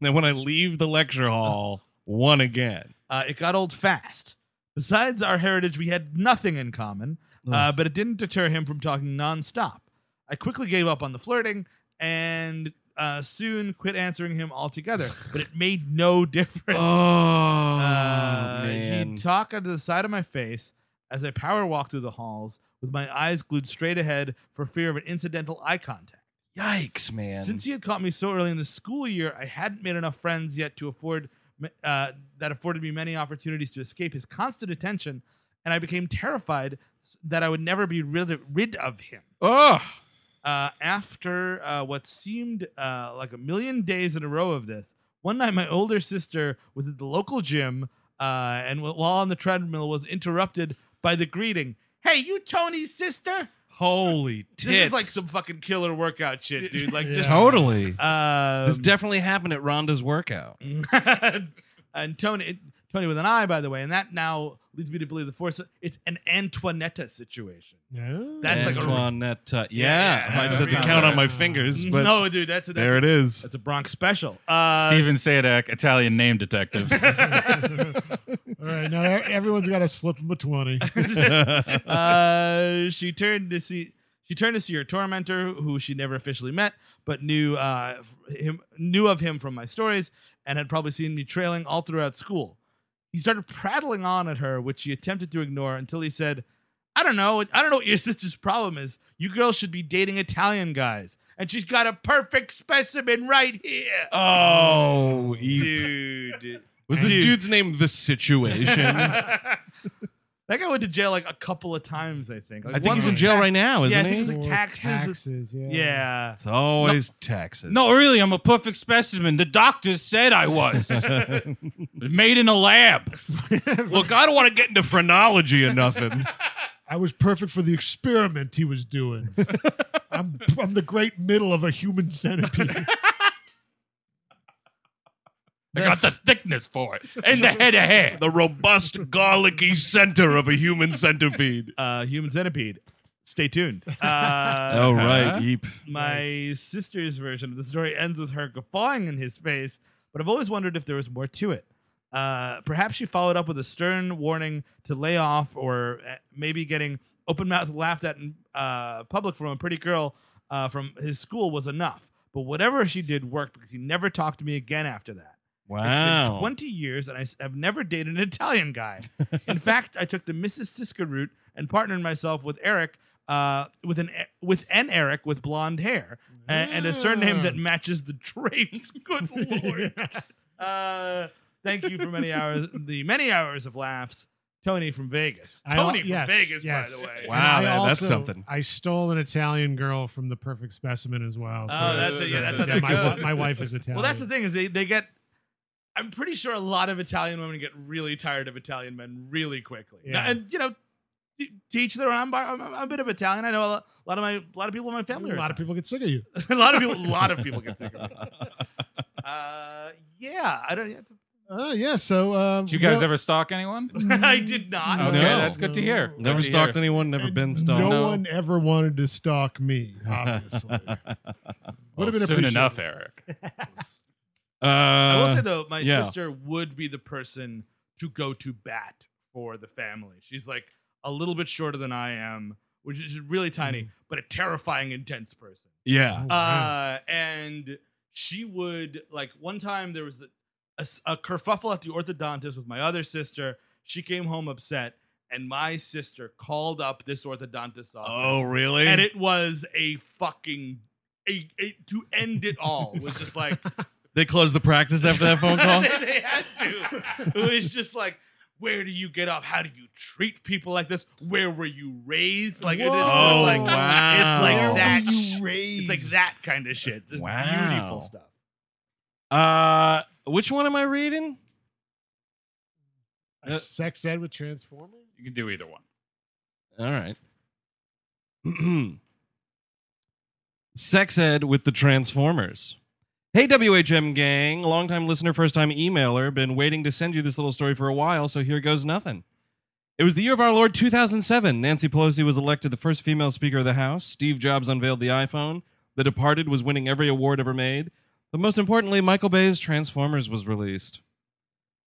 Speaker 3: Then when I leave the lecture hall, 1 again.
Speaker 4: Uh, it got old fast. Besides our heritage, we had nothing in common, uh, but it didn't deter him from talking nonstop. I quickly gave up on the flirting and uh, soon quit answering him altogether. But it made no difference.
Speaker 3: Oh,
Speaker 4: Uh,
Speaker 3: man.
Speaker 4: he'd talk onto the side of my face as I power walked through the halls with my eyes glued straight ahead for fear of an incidental eye contact.
Speaker 3: Yikes, man.
Speaker 4: Since he had caught me so early in the school year, I hadn't made enough friends yet to afford uh, that afforded me many opportunities to escape his constant attention, and I became terrified that I would never be rid, rid of him.
Speaker 6: Ugh.
Speaker 4: Uh, after uh, what seemed uh, like a million days in a row of this, one night my older sister was at the local gym uh, and wh- while on the treadmill was interrupted by the greeting, "Hey, you Tony's sister?"
Speaker 3: Holy tits.
Speaker 4: This is like some fucking killer workout shit, dude. Like just
Speaker 3: totally.
Speaker 4: um,
Speaker 3: this definitely happened at Rhonda's workout.
Speaker 4: and Tony, Tony with an I, by the way, and that now leads me to believe the force. It's an Antoinetta situation.
Speaker 5: Yeah.
Speaker 4: That's like a-
Speaker 3: Antoinette. uh, yeah,
Speaker 4: Yeah,
Speaker 3: I might
Speaker 4: that's
Speaker 3: just have to
Speaker 4: right.
Speaker 3: count on my fingers, but
Speaker 4: no, dude, that's a, that's
Speaker 3: there
Speaker 4: a,
Speaker 3: it is.
Speaker 4: That's a Bronx special. Uh,
Speaker 6: Steven Sadak, Italian name detective.
Speaker 5: All right, now e- everyone's got to slip him a twenty.
Speaker 4: uh, she turned to see. She turned to see her tormentor, who she never officially met, but knew uh, f- him knew of him from my stories, and had probably seen me trailing all throughout school. He started prattling on at her, which she attempted to ignore until he said, "I don't know. I don't know what your sister's problem is. You girls should be dating Italian guys, and she's got a perfect specimen right here."
Speaker 3: oh, he-
Speaker 4: dude.
Speaker 3: was this
Speaker 4: Dude.
Speaker 3: dude's name The Situation?
Speaker 4: That guy went to jail like a couple of times, I think. Like
Speaker 3: I think
Speaker 4: once
Speaker 3: he's in
Speaker 4: was
Speaker 3: jail
Speaker 4: tax-
Speaker 3: right now,
Speaker 4: Yeah, I
Speaker 3: isn't
Speaker 4: think
Speaker 3: he?
Speaker 4: it's like
Speaker 5: Or
Speaker 4: taxes.
Speaker 5: taxes, yeah.
Speaker 4: Yeah.
Speaker 3: it's always Texas.
Speaker 6: no, really, I'm a perfect specimen. The doctor said I was. Made in a lab.
Speaker 3: look, I don't want to get into phrenology or nothing.
Speaker 5: I was perfect for the experiment he was doing. I'm, I'm the great middle of a human centipede.
Speaker 6: I got the thickness for it. And the head of hair.
Speaker 3: the robust, garlicky center of a human centipede.
Speaker 4: Uh, human centipede. Stay tuned. Uh,
Speaker 3: Oh, right, Yeep.
Speaker 4: my sister's version of the story ends with her guffawing in his face, but I've always wondered if there was more to it. Uh, perhaps she followed up with a stern warning to lay off, or uh, maybe getting open mouthed laughed at in uh, public from a pretty girl uh, from his school was enough. But whatever she did worked because he never talked to me again after that. It's been
Speaker 3: Wow.
Speaker 4: 20 years and I s- have never dated an Italian guy. In fact, I took the Mrs. Siska route and partnered myself with Eric, uh, with an E- with an Eric with blonde hair a- and a surname that matches the drapes. Good lord. Uh, thank you for many hours, the many hours of laughs. Tony from Vegas.
Speaker 5: I al-
Speaker 4: Tony from
Speaker 5: yes,
Speaker 4: Vegas,
Speaker 5: yes.
Speaker 4: by the way.
Speaker 3: Wow,
Speaker 5: And I
Speaker 3: man, that's
Speaker 5: also-
Speaker 3: something.
Speaker 5: I stole an Italian girl from the perfect specimen as well. so
Speaker 4: Oh, that's a, yeah, that's how
Speaker 5: yeah,
Speaker 4: that
Speaker 5: my, wi-
Speaker 4: goes.
Speaker 5: my wife is Italian.
Speaker 4: Well, that's the thing is they, they get. I'm pretty sure a lot of Italian women get really tired of Italian men really quickly.
Speaker 5: Yeah.
Speaker 4: And you know, t- to each their own. I'm, bi- I'm, I'm a bit of Italian. I know a lo- a lot of my a lot of people in my
Speaker 5: A
Speaker 4: family. Are
Speaker 5: lot of people get sick of you.
Speaker 4: Italian. a lot of people. A lot of people get sick of it. Uh, yeah, I don't. yeah, it's-
Speaker 5: Uh, yeah. So, um,
Speaker 6: Did you guys
Speaker 5: no-
Speaker 6: ever stalk anyone?
Speaker 4: I did not.
Speaker 6: Okay,
Speaker 3: No.
Speaker 6: that's good to hear. Good
Speaker 3: Never
Speaker 6: to hear.
Speaker 3: stalked anyone, never been stalked.
Speaker 5: No,
Speaker 6: No.
Speaker 5: one ever wanted to stalk me. Obviously, Oh, would have
Speaker 6: Well,
Speaker 5: been
Speaker 6: soon
Speaker 5: appreciated.
Speaker 6: enough, Eric.
Speaker 3: Uh,
Speaker 4: I will say though, my
Speaker 3: yeah.
Speaker 4: sister would be the person to go to bat for the family. She's like a little bit shorter than I am, which is really tiny, but a terrifying, intense person.
Speaker 3: yeah.
Speaker 4: Uh, and she would like one time there was a, a s- a kerfuffle at the orthodontist with my other sister. She came home upset, and my sister called up this orthodontist office.
Speaker 3: Oh, really?
Speaker 4: and it was a fucking a, a to end it all was just like
Speaker 3: they closed the practice after that phone call?
Speaker 4: they, they had to. It was just like, where do you get up? How do you treat people like this? Where were you raised? Like, it- it's just
Speaker 3: Oh,
Speaker 4: like
Speaker 3: wow.
Speaker 4: it's
Speaker 3: Where
Speaker 4: like
Speaker 3: were
Speaker 4: that.
Speaker 7: you
Speaker 4: It's like that kind of shit. Just
Speaker 3: Wow.
Speaker 4: beautiful stuff.
Speaker 3: Uh, which one am I reading?
Speaker 5: A sex ed with Transformers.
Speaker 6: You can do either one.
Speaker 3: All right. Sex ed with the Transformers. Hey, WHM gang, longtime listener, first time emailer. Been waiting to send you this little story for a while, so here goes nothing. It was the year of our Lord 2007. Nancy Pelosi was elected the first female Speaker of the House. Steve Jobs unveiled the iPhone. The Departed was winning every award ever made. But most importantly, Michael Bay's Transformers was released.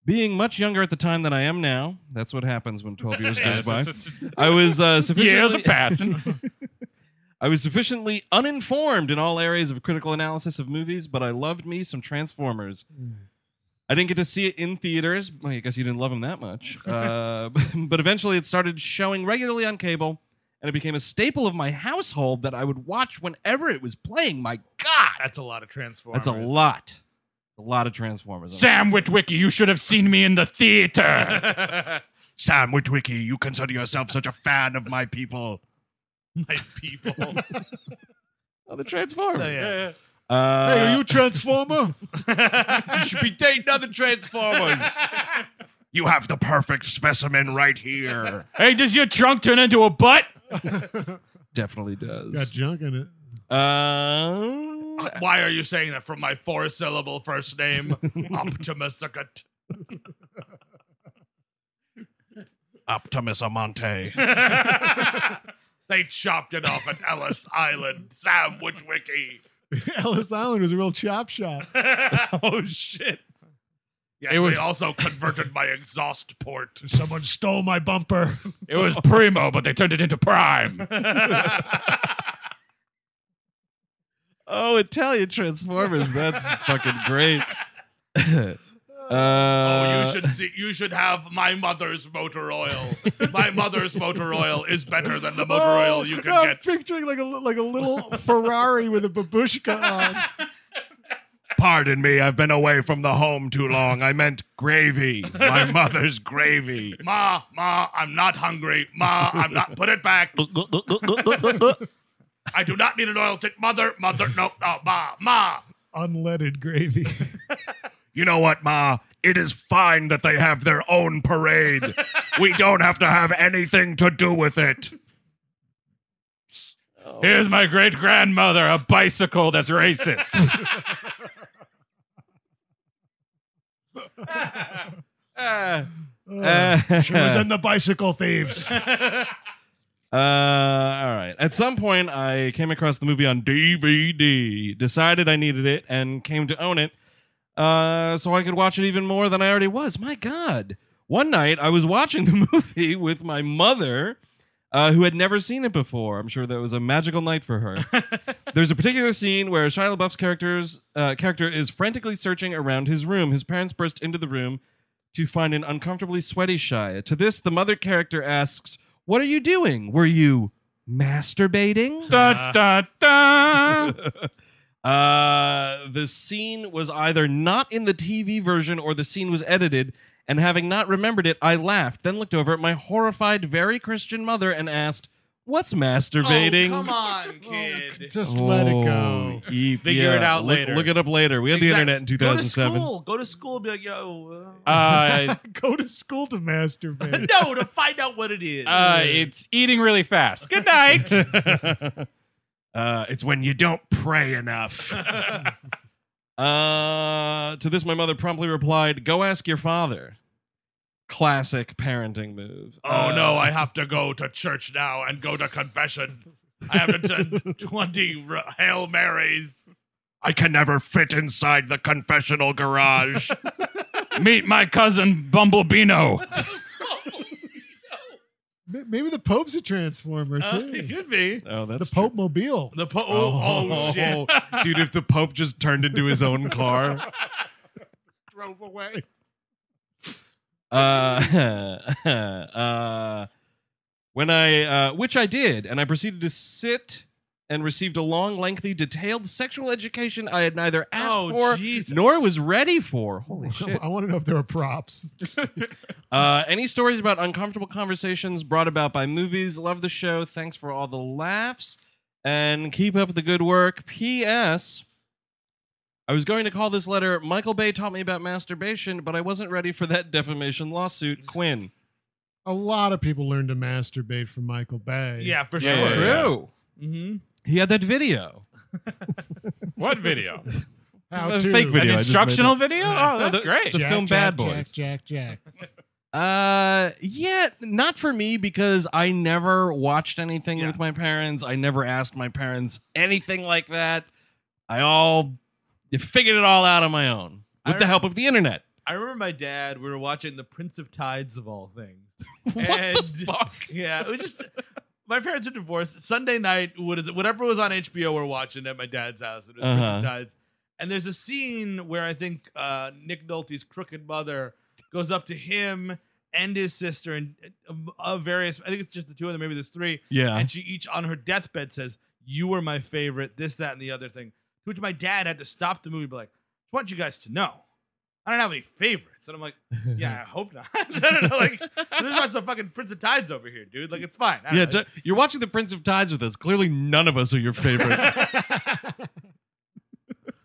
Speaker 3: Being much younger at the time than I am now, that's what happens when 12 years goes by. I was uh, sufficiently.
Speaker 6: Years are passing.
Speaker 3: I I was sufficiently uninformed in all areas of critical analysis of movies, but I loved me some Transformers.
Speaker 4: Hmm.
Speaker 3: I didn't get to see it in theaters. Well, I guess you didn't love them that much. Uh, but eventually it started showing regularly on cable, and it became a staple of my household that I would watch whenever it was playing. My God,
Speaker 4: That's a lot of Transformers.
Speaker 3: that's a lot. A lot of Transformers.
Speaker 6: Sam Witwicky, you should have seen me in the theater.
Speaker 9: Sam Witwicky, you consider yourself such a fan of my people.
Speaker 4: My people.
Speaker 3: Oh, the Transformers.
Speaker 4: Oh, yeah.
Speaker 5: hey, are Uh, you a Transformer?
Speaker 9: You should be dating other Transformers. you have the perfect specimen right here.
Speaker 6: hey, does your trunk turn into a butt?
Speaker 3: Definitely
Speaker 5: Got
Speaker 3: does.
Speaker 5: junk in it.
Speaker 3: Um,
Speaker 4: Why are you saying that from my four syllable first name? Optimus Suckut.
Speaker 9: Optimus Amante.
Speaker 4: They chopped it off at Ellis Island. Sam Witwicky.
Speaker 5: Ellis Island was a real chop shop.
Speaker 4: oh shit. Yes,
Speaker 6: It was-
Speaker 4: they also converted my exhaust port.
Speaker 5: Someone stole my bumper.
Speaker 6: It was primo, but they turned it into prime.
Speaker 3: oh, Italian Transformers. That's fucking great.
Speaker 4: oh,
Speaker 3: Uh,
Speaker 4: you should see you should have my mother's motor oil. my mother's motor oil is better than the motor oil you can
Speaker 5: Oh, I'm
Speaker 4: get.
Speaker 5: picturing like a li- like a little Ferrari with a babushka on.
Speaker 9: Pardon me, I've been away from the home too long. I meant gravy. My mother's gravy.
Speaker 4: Ma, ma, I'm not hungry. Ma, I'm not put it back. I do not need an oil tick. Mother, mother, no, no, ma, ma.
Speaker 5: Unleaded gravy.
Speaker 9: You know what, Ma? It is fine that they have their own parade. we don't have to have anything to do with it.
Speaker 6: Here's my great grandmother, a bicycle that's racist.
Speaker 4: Oh,
Speaker 5: she was in the bicycle thieves.
Speaker 3: Uh, all right. At some point, I came across the movie on DVD, decided I needed it, and came to own it uh, so I could watch it even more than I already was. My God. One night, I was watching the movie with my mother, uh, who had never seen it before. I'm sure that was a magical night for her. There's a particular scene where Shia LaBeouf's character's, uh, character is frantically searching around his room. His parents burst into the room to find an uncomfortably sweaty Shia. To this, the mother character asks, What are you doing? Were you masturbating?
Speaker 6: da, da, da.
Speaker 3: Uh, the scene was either not in the TV version or the scene was edited. And having not remembered it, I laughed, then looked over at my horrified, very Christian mother and asked, What's masturbating?
Speaker 4: Oh, on, kid.
Speaker 5: Just let it go.
Speaker 3: Oh, Eve,
Speaker 4: Figure it
Speaker 3: yeah.
Speaker 4: out
Speaker 3: Look-
Speaker 4: later.
Speaker 3: Look, it up later. We had the
Speaker 4: Exact-
Speaker 3: internet in 2007.
Speaker 4: Go to school. Go to school. Be like, yo. uh,
Speaker 6: Uh,
Speaker 5: Go to school to masturbate.
Speaker 4: no, to find out what it is.
Speaker 6: uh, it's eating really fast. Good night.
Speaker 9: Uh, it's when you don't pray enough.
Speaker 3: Uh, to this, my mother promptly replied, Go ask your father. Classic parenting move. Uh,
Speaker 4: oh
Speaker 9: Uh,
Speaker 4: no, I have to go to church now and go to confession. I have to do twenty r- Hail Marys.
Speaker 9: I can never fit inside the confessional garage.
Speaker 6: Meet my cousin Bumblebino.
Speaker 5: M- Maybe the Pope's a transformer
Speaker 4: Uh, it
Speaker 5: too.
Speaker 4: could be
Speaker 3: Oh, that's
Speaker 5: the Pope Mobile.
Speaker 4: the po- oh, oh, shit.
Speaker 9: Dude, if the Pope just turned into his own car.
Speaker 5: drove away.
Speaker 3: uh, uh, when I, uh, which I did, and I proceeded to sit and received a long, lengthy, detailed sexual education I had neither asked
Speaker 4: Oh,
Speaker 3: for
Speaker 4: Jesus.
Speaker 3: nor was ready for. Holy shit!
Speaker 5: I want to know if there were props.
Speaker 3: Uh, any stories about uncomfortable conversations brought about by movies? Love the show. Thanks for all the laughs and keep up the good work. P.S. I was going to call this letter Michael Bay taught me about masturbation, but I wasn't ready for that defamation lawsuit. Quinn.
Speaker 5: A lot of people learn to masturbate from Michael Bay.
Speaker 4: Yeah, for
Speaker 6: Yeah,
Speaker 4: sure.
Speaker 3: True.
Speaker 4: Mm-hmm.
Speaker 3: He had that video.
Speaker 6: What video?
Speaker 5: How
Speaker 3: A
Speaker 5: to.
Speaker 3: fake video. I
Speaker 6: An
Speaker 3: just made
Speaker 6: instructional
Speaker 3: it.
Speaker 6: video? Oh, that's
Speaker 3: the-
Speaker 6: great.
Speaker 3: the
Speaker 5: Jack,
Speaker 3: film
Speaker 5: Jack,
Speaker 3: Bad
Speaker 5: Jack,
Speaker 3: Boys.
Speaker 5: Jack, Jack,
Speaker 3: Uh, yeah, not for me because I never watched anything
Speaker 4: Yeah.
Speaker 3: with my parents. I never asked my parents anything like that. I all you figured it all out on my own with
Speaker 4: I
Speaker 3: the
Speaker 4: rem-
Speaker 3: help of the internet.
Speaker 4: I remember my dad. We were watching The Prince of Tides of all things.
Speaker 3: What
Speaker 4: and
Speaker 3: the fuck?
Speaker 4: yeah, it was just my parents are divorced. Sunday night, what is it- whatever was on HBO, we're watching at my dad's house. It was Prince
Speaker 3: Uh-huh.
Speaker 4: of Tides. And there's a scene where I think uh, Nick Nolte's crooked mother goes up to him and his sister and uh, uh, various. I think it's just the two of them. Maybe there's three.
Speaker 3: Yeah.
Speaker 4: And she each on her deathbed says, "You were my favorite." This, that, and the other thing. To which my dad had to stop the movie, and be like, "I want you guys to know." I don't have any favorites. And I'm like, yeah, I hope not. I don't know. Like, there's lots of fucking Prince of Tides over here, dude. Like, it's fine. I don't
Speaker 3: Yeah,
Speaker 4: know.
Speaker 3: t- you're watching The Prince of Tides with us. Clearly, none of us are your favorite.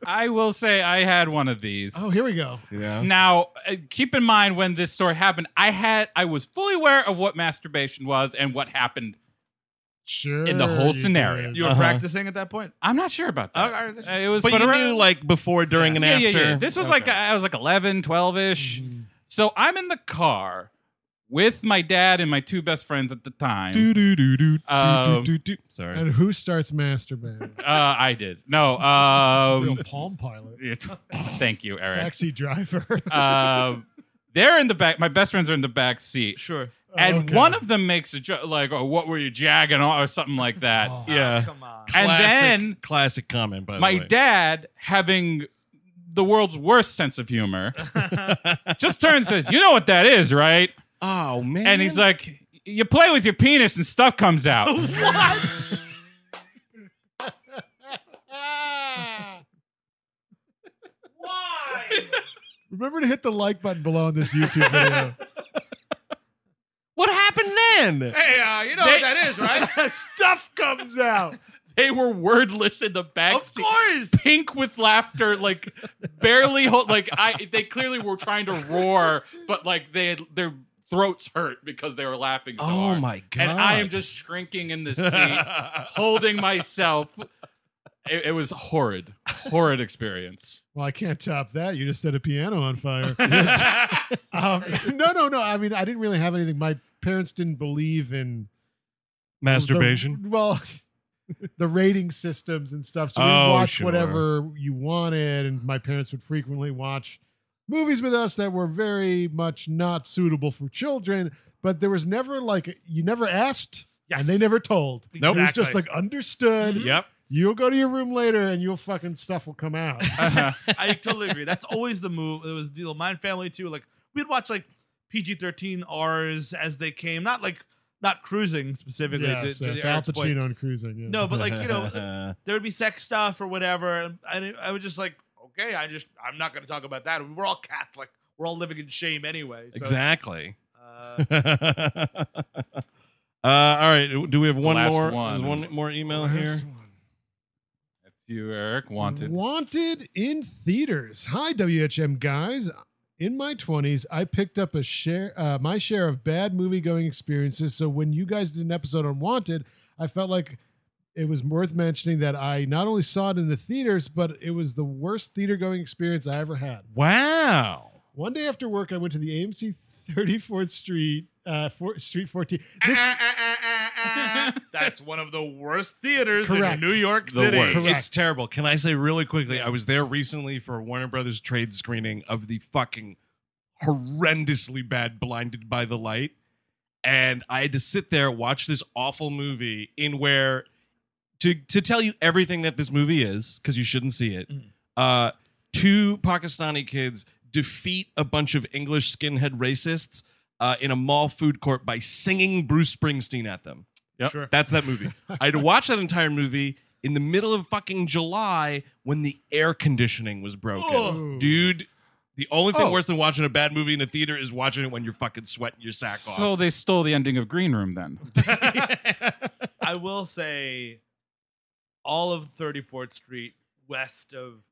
Speaker 6: I will say I had one of these.
Speaker 5: Oh, here we go.
Speaker 3: yeah.
Speaker 6: Now, uh, keep in mind when this story happened, I had I was fully aware of what masturbation was and what happened.
Speaker 5: Sure.
Speaker 6: In the whole
Speaker 5: you
Speaker 6: scenario.
Speaker 5: did.
Speaker 4: you were
Speaker 3: Uh-huh.
Speaker 4: practicing at that point.
Speaker 6: I'm not sure about
Speaker 4: Oh,
Speaker 6: that.
Speaker 4: all right, that's-
Speaker 6: Uh, it was
Speaker 3: But, you
Speaker 6: around-
Speaker 3: knew like before, during, and
Speaker 6: yeah,
Speaker 3: after.
Speaker 6: yeah, yeah. This was like I was like 11, 12 ish. So I'm in the car with my dad and my two best friends at the time.
Speaker 3: Do, do, do, do, do,
Speaker 6: Um,
Speaker 3: do, do. Sorry.
Speaker 5: And who starts masturbating?
Speaker 6: Uh, I did no.
Speaker 5: Real
Speaker 6: Um,
Speaker 5: palm pilot.
Speaker 6: thank you, Eric.
Speaker 5: Taxi driver.
Speaker 6: Um, they're in the back. My best friends are in the back seat.
Speaker 4: Sure.
Speaker 6: And
Speaker 5: Okay.
Speaker 6: one of them makes a joke like, oh, what were you jagging on? Or something like that.
Speaker 5: Oh.
Speaker 3: Yeah.
Speaker 4: Ah, Come on.
Speaker 6: And
Speaker 3: Classic-
Speaker 6: then-
Speaker 3: classic comment by
Speaker 6: My
Speaker 3: the way.
Speaker 6: dad, having the world's worst sense of humor, just turns and says, You know what that is, right?
Speaker 3: Oh man.
Speaker 6: And he's like, You play with your penis and stuff comes out.
Speaker 5: Remember to hit the like button below on this YouTube video.
Speaker 3: "What happened then?"
Speaker 4: Hey, uh, you know
Speaker 6: They-
Speaker 4: what that is, right?
Speaker 5: Stuff comes out.
Speaker 6: They were wordless in the back
Speaker 4: of
Speaker 6: seat,
Speaker 4: course.
Speaker 6: Pink with laughter, like barely hold, like I they clearly were trying to roar, but like they had their throats hurt because they were laughing so
Speaker 3: Oh
Speaker 6: hard.
Speaker 3: my god.
Speaker 6: and I am just shrinking in the seat, holding myself. It, it was horrid, horrid experience.
Speaker 5: Well, I can't top that. You just set a piano on fire. um, no, no, no. I mean, I didn't really have anything. My parents didn't believe in
Speaker 3: masturbation.
Speaker 5: The, well, the rating systems and stuff. So we would
Speaker 3: Oh,
Speaker 5: watch
Speaker 3: sure.
Speaker 5: whatever you wanted, and my parents would frequently watch movies with us that were very much not suitable for children. But there was never like you never asked, and they never told.
Speaker 4: Nope.
Speaker 5: It was just like understood.
Speaker 3: Yep.
Speaker 5: You'll go to your room later, and your fucking stuff will come out.
Speaker 4: I totally agree. That's always the move. It was the deal. Mine family too. Like we'd watch like PG thirteen R's as they came. Not like not cruising specifically. to-
Speaker 5: yes,
Speaker 4: to
Speaker 5: yes,
Speaker 4: the
Speaker 5: Al
Speaker 4: Eric's point.
Speaker 5: Pacino and cruising. Yeah.
Speaker 4: No, but like you know, there would be sex stuff or whatever. And I, I was just like, okay, I just I'm not going to talk about that. We're all Catholic. We're all living in shame anyway. So,
Speaker 3: exactly.
Speaker 4: Uh,
Speaker 3: uh, all right. Do we have one
Speaker 6: Last
Speaker 3: more?
Speaker 6: one.
Speaker 3: One more email here.
Speaker 5: Last one.
Speaker 6: That's you, Eric. Wanted.
Speaker 5: in theaters. Hi, WHM guys. In my 20s, I picked up a share, uh, my share of bad movie going experiences. So when you guys did an episode on Wanted, I felt like it was worth mentioning that I not only saw it in the theaters, but it was the worst theater going experience I ever had.
Speaker 3: Wow.
Speaker 5: One day after work, I went to the AMC 34th Street, uh, four, Street 14. This,
Speaker 4: Ah, that's one of the worst theaters
Speaker 5: Correct.
Speaker 4: in New York
Speaker 3: The
Speaker 4: City.
Speaker 3: worst.
Speaker 5: Correct.
Speaker 3: It's terrible. Can I say really quickly? I was there recently for Warner Brothers trade screening of the fucking horrendously bad Blinded by the Light. And I had to sit there, watch this awful movie in where to to tell you everything that this movie is, because you shouldn't see it, uh, two Pakistani kids defeat a bunch of English skinhead racists uh, in a mall food court by singing Bruce Springsteen at them.
Speaker 4: Sure.
Speaker 3: That's that movie. I had to watch that entire movie in the middle of fucking July when the air conditioning was broken.
Speaker 5: Ugh.
Speaker 3: Dude, the only thing
Speaker 6: Oh.
Speaker 3: worse than watching a bad movie in a theater is watching it when you're fucking sweating your sack
Speaker 6: So
Speaker 3: off.
Speaker 6: they stole the ending of Green Room then.
Speaker 4: I will say, all of 34th Street west of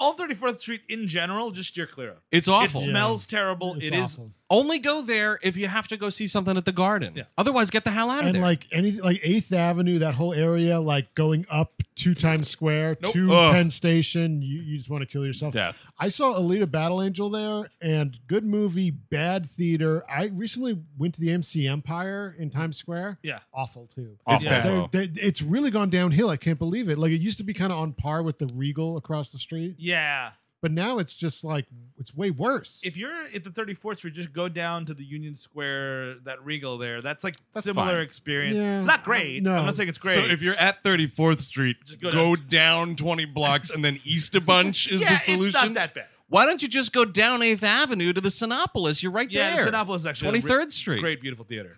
Speaker 4: all 34th Street in general, just steer clear of.
Speaker 3: It's awful.
Speaker 4: It
Speaker 5: Yeah.
Speaker 4: smells terrible. It's
Speaker 5: awful.
Speaker 3: only go there if you have to go see something at the garden.
Speaker 4: Yeah.
Speaker 3: Otherwise, get the hell out of
Speaker 5: and
Speaker 3: there.
Speaker 5: like anything like Eighth Avenue, that whole area, like going up to Times Square
Speaker 3: Nope.
Speaker 5: to
Speaker 3: Ugh.
Speaker 5: Penn Station, you, you just want to kill yourself.
Speaker 6: Death.
Speaker 5: I saw Alita Battle Angel there, and good movie, bad theater. I recently went to the MC Empire in Times Square.
Speaker 4: Yeah.
Speaker 5: awful too.
Speaker 6: Awful.
Speaker 4: bad.
Speaker 5: They're- they're- it's really gone downhill. I can't believe it. Like it used to be kind of on par with the Regal across the street,
Speaker 4: Yeah.
Speaker 5: But now it's just like it's way worse.
Speaker 4: If you're at the 34th Street, just go down to the Union Square, that Regal there. That's like
Speaker 6: That's
Speaker 4: similar
Speaker 6: fine.
Speaker 4: experience.
Speaker 5: Yeah.
Speaker 4: It's not great.
Speaker 5: No.
Speaker 4: I'm not saying it's great.
Speaker 3: So if you're at 34th Street,
Speaker 4: Just go
Speaker 3: go, down 20 blocks and then east a bunch is
Speaker 4: yeah,
Speaker 3: the solution.
Speaker 4: it's not that bad.
Speaker 3: Why don't you just go down 8th Avenue to the Sinopolis? You're right
Speaker 4: Yeah,
Speaker 3: there.
Speaker 4: Sinopolis is actually a
Speaker 3: 23rd
Speaker 4: re-
Speaker 3: Street.
Speaker 4: Great, beautiful theater.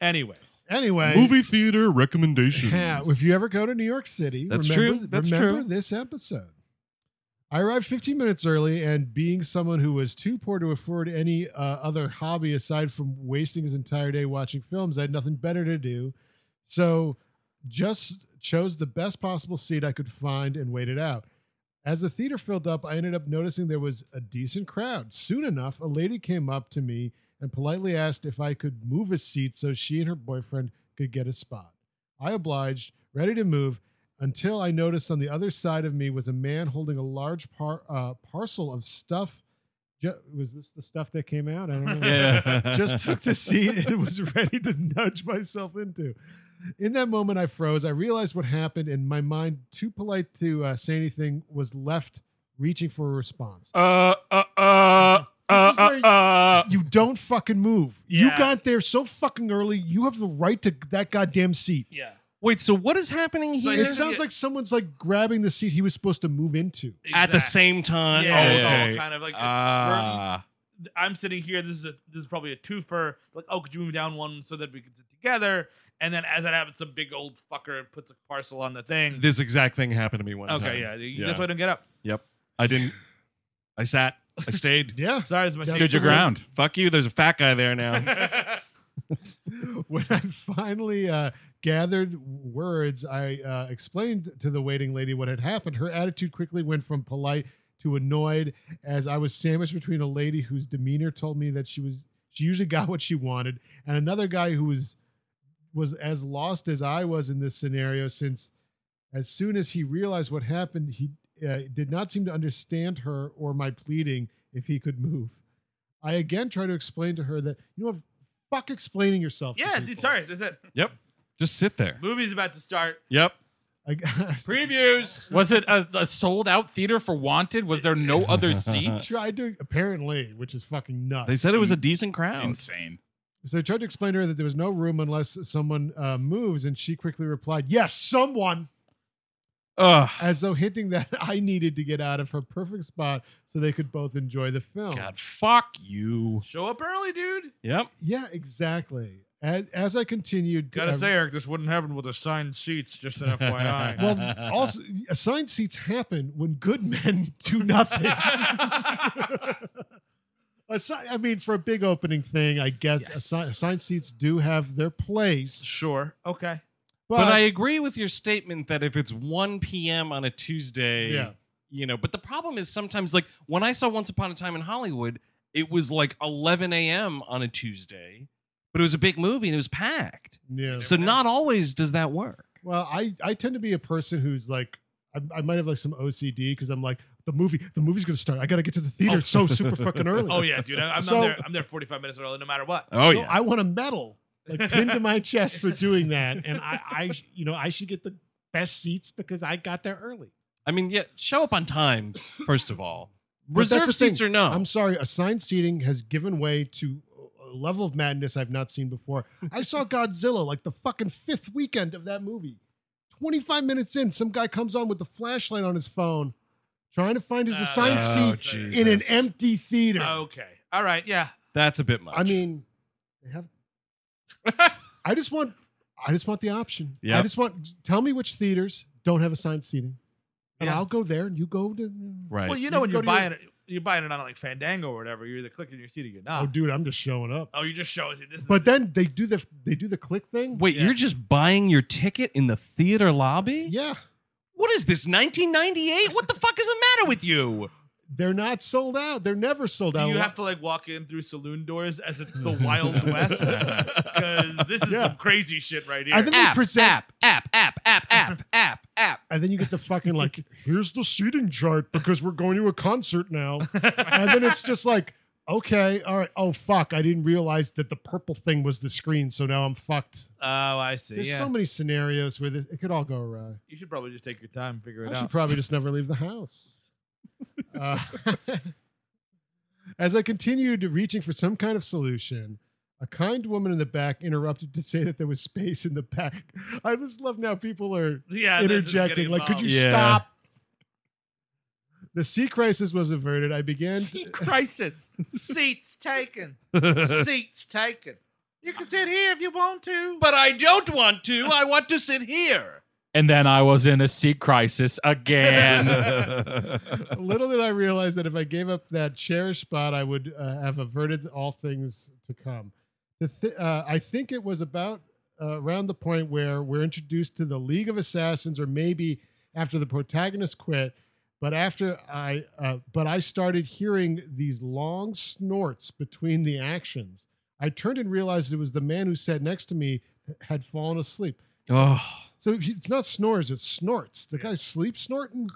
Speaker 4: Anyways,
Speaker 5: anyway,
Speaker 9: Movie theater recommendations.
Speaker 5: Yeah, if you ever go to New York City,
Speaker 3: That's
Speaker 5: remember,
Speaker 3: true. That's
Speaker 5: remember
Speaker 3: true.
Speaker 5: this episode. I arrived 15 minutes early, and being someone who was too poor to afford any uh, other hobby aside from wasting his entire day watching films, I had nothing better to do. So just chose the best possible seat I could find and waited out. As the theater filled up, I ended up noticing there was a decent crowd. Soon enough, a lady came up to me and politely asked if I could move a seat so she and her boyfriend could get a spot. I obliged, ready to move, until I noticed on the other side of me was a man holding a large par- uh, parcel of stuff. Ju- was this the stuff that came out? I don't know. Just took the seat and was ready to nudge myself into. In that moment, I froze. I realized what happened, and my mind, too polite to uh, say anything, was left reaching for a response.
Speaker 6: Uh, uh, uh,
Speaker 5: This
Speaker 6: uh,
Speaker 5: is where
Speaker 6: uh, uh.
Speaker 5: You don't fucking move. You
Speaker 4: Yeah.
Speaker 5: got there so fucking early. You have the right to that goddamn seat.
Speaker 4: yeah.
Speaker 3: Wait, so what is happening here?
Speaker 4: Like,
Speaker 5: It
Speaker 4: there's-
Speaker 5: sounds like someone's like grabbing the seat he was supposed to move into.
Speaker 3: at the
Speaker 4: Exact-
Speaker 3: same time.
Speaker 4: Yeah,
Speaker 3: Oh,
Speaker 4: it's
Speaker 3: okay.
Speaker 4: all kind of like
Speaker 3: Ah.
Speaker 4: we're- I'm sitting here. This is a, this is probably a twofer. Like, oh, could you move down one so that we could sit together? And then as that happens, some big old fucker puts a parcel on the thing.
Speaker 3: This exact thing happened to me one time.
Speaker 4: okay, yeah, that's why I don't get up.
Speaker 3: Yep. I didn't. I sat. I stayed.
Speaker 5: Yeah.
Speaker 4: Sorry, it's my
Speaker 5: Stood
Speaker 6: Stood your ground.
Speaker 3: Fuck you. There's a fat guy there now.
Speaker 5: when I finally uh, gathered words, I uh, explained to the waiting lady what had happened. Her attitude quickly went from polite to annoyed as I was sandwiched between a lady whose demeanor told me that she was she usually got what she wanted and another guy who was was as lost as I was in this scenario since as soon as he realized what happened, he uh, did not seem to understand her or my pleading if he could move. I again tried to explain to her that you know what, fuck explaining yourself. to
Speaker 4: Yeah, dude.
Speaker 5: people.
Speaker 4: Sorry, that's it.
Speaker 3: yep. Just sit there.
Speaker 4: Movie's about to start.
Speaker 3: Yep.
Speaker 5: I,
Speaker 4: Previews.
Speaker 6: Was it a, a sold out theater for Wanted? Was there no other seats?
Speaker 5: tried to apparently, which is fucking nuts.
Speaker 3: They said it was a decent crowd.
Speaker 6: Insane.
Speaker 5: so I tried to explain to her that there was no room unless someone uh, moves, and she quickly replied, "Yes, someone."
Speaker 3: Ugh.
Speaker 5: As though hinting that I needed to get out of her perfect spot so they could both enjoy the film.
Speaker 3: God, fuck you.
Speaker 4: Show up early, dude.
Speaker 3: Oh. Yep.
Speaker 5: Yeah, exactly. As, as I continued,
Speaker 4: Gotta
Speaker 5: uh,
Speaker 4: say, Eric, this wouldn't happen with assigned seats. Just an FYI.
Speaker 5: well, also assigned seats happen when good men do nothing. Assi- I mean, for a big opening thing, I guess assi- assigned seats do have their place.
Speaker 4: sure. Okay.
Speaker 5: But,
Speaker 3: But, I agree with your statement that if it's 1 p.m. on a Tuesday,
Speaker 5: Yeah.
Speaker 3: you know, but the problem is sometimes, like, when I saw Once Upon a Time in Hollywood, it was like 11 a.m. on a Tuesday, but it was a big movie and it was packed.
Speaker 5: yeah.
Speaker 3: So not always does that work.
Speaker 5: Well, I I tend to be a person who's like I, I might have like some OCD because I'm like the movie the movie's gonna start. I gotta get to the theater so super fucking early.
Speaker 4: Oh yeah, dude. I, I'm,
Speaker 5: So-
Speaker 4: I'm there. I'm there 45 minutes early, no matter what.
Speaker 3: Oh,
Speaker 5: So I want a medal like pinned to my chest for doing that, and I I you know I should get the best seats because I got there early.
Speaker 3: I mean, yeah, show up on time, first of all.
Speaker 5: But that's
Speaker 3: Reserve
Speaker 5: the
Speaker 3: seats
Speaker 5: thing.
Speaker 3: or no?
Speaker 5: I'm sorry, assigned seating has given way to a level of madness I've not seen before. I saw Godzilla like the fucking fifth weekend of that movie. 25 minutes in, some guy comes on with the flashlight on his phone trying to find his
Speaker 4: Uh,
Speaker 5: assigned
Speaker 3: oh,
Speaker 5: seat in an
Speaker 3: Jesus.
Speaker 5: empty theater.
Speaker 4: Okay. All right. Yeah.
Speaker 3: That's a bit much.
Speaker 5: I mean, they have I just want I just want the option. I
Speaker 3: Yep.
Speaker 5: just want tell me which theaters don't have assigned seating. And
Speaker 4: Yeah.
Speaker 5: I'll go there and you go to
Speaker 3: right.
Speaker 4: Well, you
Speaker 5: You
Speaker 4: know when
Speaker 5: can
Speaker 4: you're
Speaker 5: go to your-
Speaker 4: buying it, you're buying it on like Fandango or whatever. You're either clicking your seat or you're not.
Speaker 5: Oh dude, I'm just showing up.
Speaker 4: Oh, you just show us. This is
Speaker 5: But then they do the they do the click thing.
Speaker 3: Wait,
Speaker 4: yeah.
Speaker 3: you're just buying your ticket in the theater lobby?
Speaker 5: Yeah.
Speaker 3: What is this, 1998? What the fuck is the matter with you?
Speaker 5: They're not sold out. They're never sold
Speaker 4: do
Speaker 5: out.
Speaker 4: you have to like walk in through saloon doors as it's the Wild West? Because this is
Speaker 5: Yeah.
Speaker 4: some crazy shit right here.
Speaker 5: I think they present,
Speaker 3: app, app, app, app, app, app, app.
Speaker 5: and then you get the fucking like, here's the seating chart because we're going to a concert now, and then it's just like, okay, all right, oh fuck, I didn't realize that the purple thing was the screen, so now I'm fucked.
Speaker 4: oh, I see.
Speaker 5: There's
Speaker 4: Yeah.
Speaker 5: so many scenarios where this, it could all go awry.
Speaker 4: you should probably just take your time and figure
Speaker 5: I
Speaker 4: it out.
Speaker 5: should probably just never leave the house. Uh, as I continued reaching for some kind of solution, a kind woman in the back interrupted to say that there was space in the back. I just love now people are
Speaker 4: yeah, they're just
Speaker 5: interjecting.
Speaker 4: getting
Speaker 5: Like, could you
Speaker 3: Yeah.
Speaker 5: stop? The sea crisis was averted. I began.
Speaker 8: Sea
Speaker 5: To,
Speaker 8: crisis. Seats taken. Seats taken. You can sit here if you want to.
Speaker 3: But I don't want to. I want to sit here.
Speaker 6: And then I was in a seat crisis again.
Speaker 5: little did I realize that if I gave up that cherished spot, I would uh, have averted all things to come. The th- uh, I think it was about uh, around the point where we're introduced to the League of Assassins, or maybe after the protagonist quit. But after I, uh, but I started hearing these long snorts between the actions. I turned and realized it was the man who sat next to me had fallen asleep.
Speaker 3: Oh,
Speaker 5: So he- it's not snores, it's snorts. The guy's sleep snorting.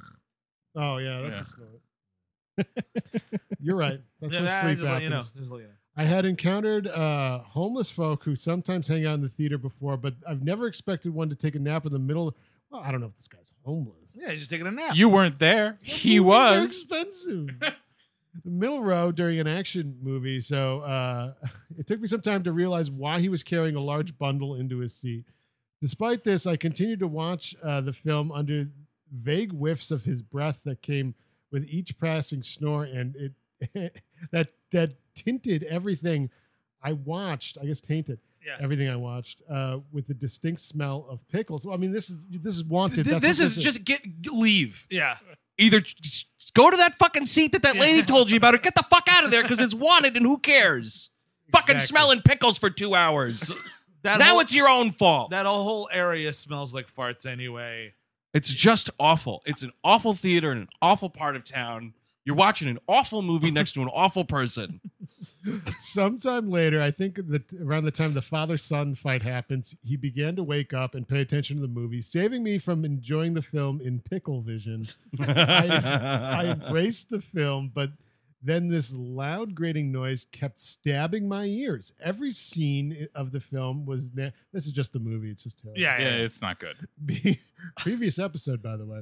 Speaker 5: Oh yeah, that's a snort. You're right. That's
Speaker 4: Yeah,
Speaker 5: what
Speaker 4: I
Speaker 5: sleep
Speaker 4: just let you know.
Speaker 5: happens.
Speaker 4: Just let you know.
Speaker 5: I had encountered uh, homeless folk who sometimes hang out in the theater before, but I've never expected one to take a nap in the middle. Well, I don't know if this guy's homeless.
Speaker 4: Yeah, you're just taking a nap.
Speaker 6: you weren't there. He
Speaker 5: Movies are
Speaker 6: was.
Speaker 5: expensive. The middle row during an action movie, so uh, it took me some time to realize why he was carrying a large bundle into his seat. Despite this, I continued to watch uh, the film under vague whiffs of his breath that came with each passing snore, and it that that tinted everything I watched. I guess tainted
Speaker 4: Yeah.
Speaker 5: everything I watched uh, with the distinct smell of pickles. Well, I mean, this is this is wanted.
Speaker 3: Th-
Speaker 5: That's
Speaker 3: this
Speaker 5: what
Speaker 3: is just get leave.
Speaker 4: yeah.
Speaker 3: Either ch- s- go to that fucking seat that that lady told you about, or get the fuck out of there because it's wanted and who cares? Fucking
Speaker 5: Exactly.
Speaker 3: smelling pickles for two hours.
Speaker 4: That
Speaker 3: now
Speaker 4: whole,
Speaker 3: it's your own fault.
Speaker 4: that whole area smells like farts anyway.
Speaker 3: It's just awful. It's an awful theater in an awful part of town. You're watching an awful movie next to an awful person.
Speaker 5: Sometime later, I think that around the time the father son fight happens, he began to wake up and pay attention to the movie, saving me from enjoying the film in pickle vision. I, I embraced the film, but then this loud grating noise kept stabbing my ears. Every scene of the film was. Na- this is just the movie. It's just terrible.
Speaker 6: Yeah, it's not good.
Speaker 5: Be- previous episode, by the way,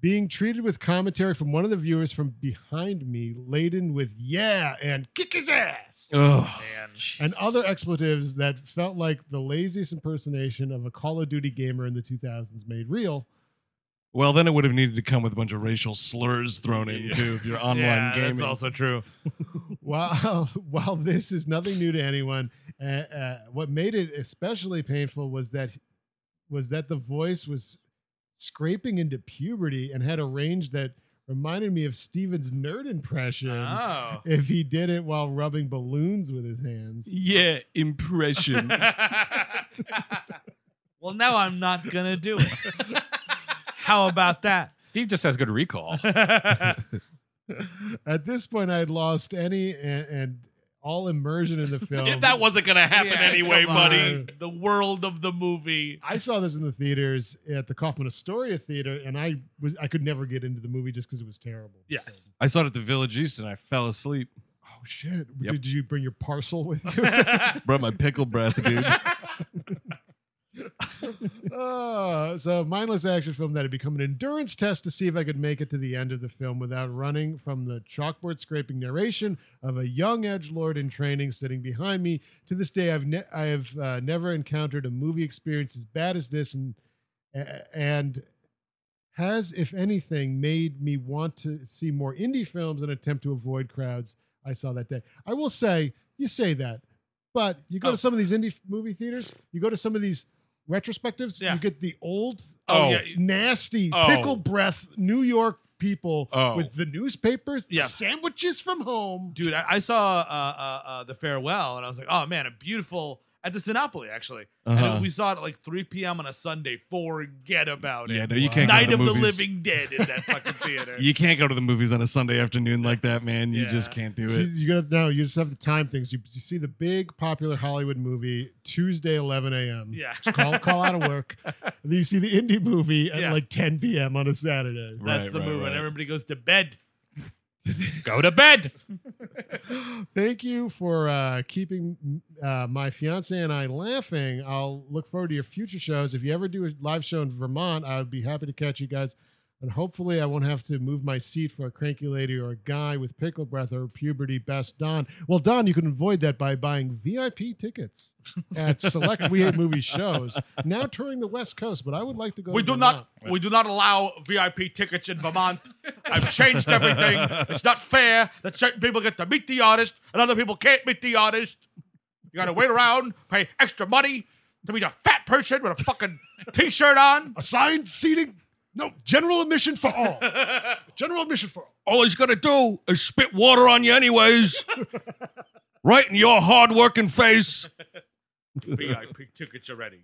Speaker 5: being treated with commentary from one of the viewers from behind me, laden with "yeah" and "kick his ass" and other expletives that felt like the laziest impersonation of a Call of Duty gamer in the 2000s made real.
Speaker 3: Well, then it would have needed to come with a bunch of racial slurs thrown in too if you're online
Speaker 4: yeah,
Speaker 3: gaming.
Speaker 4: That's also true.
Speaker 5: While while this is nothing new to anyone, uh, uh, what made it especially painful was that was that the voice was scraping into puberty and had a range that reminded me of Steven's nerd impression.
Speaker 3: Ah.
Speaker 4: Oh.
Speaker 5: If he did it while rubbing balloons with his hands,
Speaker 3: yeah, impression.
Speaker 4: well, now I'm not gonna do it. How about that?
Speaker 6: Steve just has good recall.
Speaker 5: at this point, I had lost any and, and all immersion in the film.
Speaker 3: if that wasn't gonna happen
Speaker 4: Yeah,
Speaker 3: anyway,
Speaker 4: come
Speaker 3: buddy.
Speaker 4: on. The world of the movie.
Speaker 5: I saw this in the theaters at the Kaufman Astoria Theater, and I was I could never get into the movie just because it was terrible.
Speaker 4: Yes.
Speaker 3: I saw it at the Village East and I fell asleep.
Speaker 5: So- oh shit!
Speaker 3: Yep.
Speaker 5: Did you bring your parcel with you?
Speaker 3: Brought my pickle breath, dude.
Speaker 5: uh, so mindless action film that had become an endurance test to see if I could make it to the end of the film without running from the chalkboard scraping narration of a young edge lord in training sitting behind me. To this day, I've ne- I have uh, never encountered a movie experience as bad as this, and a- and has, if anything, made me want to see more indie films and attempt to avoid crowds. I saw that day. I will say, you say that, but you go
Speaker 4: Oh.
Speaker 5: to some of these indie f- movie theaters, you go to some of these retrospectives,
Speaker 4: Yeah.
Speaker 5: you get the old, um,
Speaker 4: Oh, yeah.
Speaker 5: nasty,
Speaker 3: Oh.
Speaker 5: pickle breath New York people
Speaker 3: Oh.
Speaker 5: with the newspapers, the
Speaker 4: Yeah.
Speaker 5: sandwiches from home.
Speaker 4: dude i, I saw uh, uh, uh, the farewell and i was like oh man a beautiful at the Sinopoly, actually and
Speaker 3: Uh-huh.
Speaker 4: it- we saw it at like 3 p.m on a sunday forget about it
Speaker 3: Yeah, no, you can't
Speaker 4: night
Speaker 3: go to the
Speaker 4: of the
Speaker 3: movies.
Speaker 4: living dead in that fucking theater
Speaker 3: You can't go to the movies on a Sunday afternoon like that, man. You
Speaker 4: Yeah.
Speaker 3: just can't do
Speaker 5: See,
Speaker 3: it.
Speaker 5: you gotta no, you just have the time things. You, you see the big popular Hollywood movie Tuesday, eleven a.m.
Speaker 4: yeah
Speaker 5: Just call call out of work. And then you see the indie movie at
Speaker 4: Yeah.
Speaker 5: like ten p.m. on a Saturday.
Speaker 4: that's
Speaker 3: Right,
Speaker 4: the
Speaker 3: right,
Speaker 4: move
Speaker 3: right.
Speaker 4: and everybody goes to bed
Speaker 6: Go to bed.
Speaker 5: Thank you for uh, keeping uh, my fiance and I laughing. I'll look forward to your future shows. If you ever do a live show in Vermont, I would be happy to catch you guys And hopefully, I won't have to move my seat for a cranky lady or a guy with pickle breath or puberty best Don. Well, Don, you can avoid that by buying VIP tickets at select We Hate Movie shows. Now touring the West Coast, but I would like to go.
Speaker 4: We
Speaker 5: to
Speaker 4: do
Speaker 5: Vermont.
Speaker 4: not we do not allow VIP tickets in Vermont. I've changed everything. It's not fair that certain people get to meet the artist and other people can't meet the artist. You gotta wait around, pay extra money to meet a fat person with a fucking t-shirt on.
Speaker 5: assigned seating. No, general admission for all. general admission for all.
Speaker 9: All he's gonna do is spit water on you, anyways. right in your hard-working face.
Speaker 4: VIP tickets already.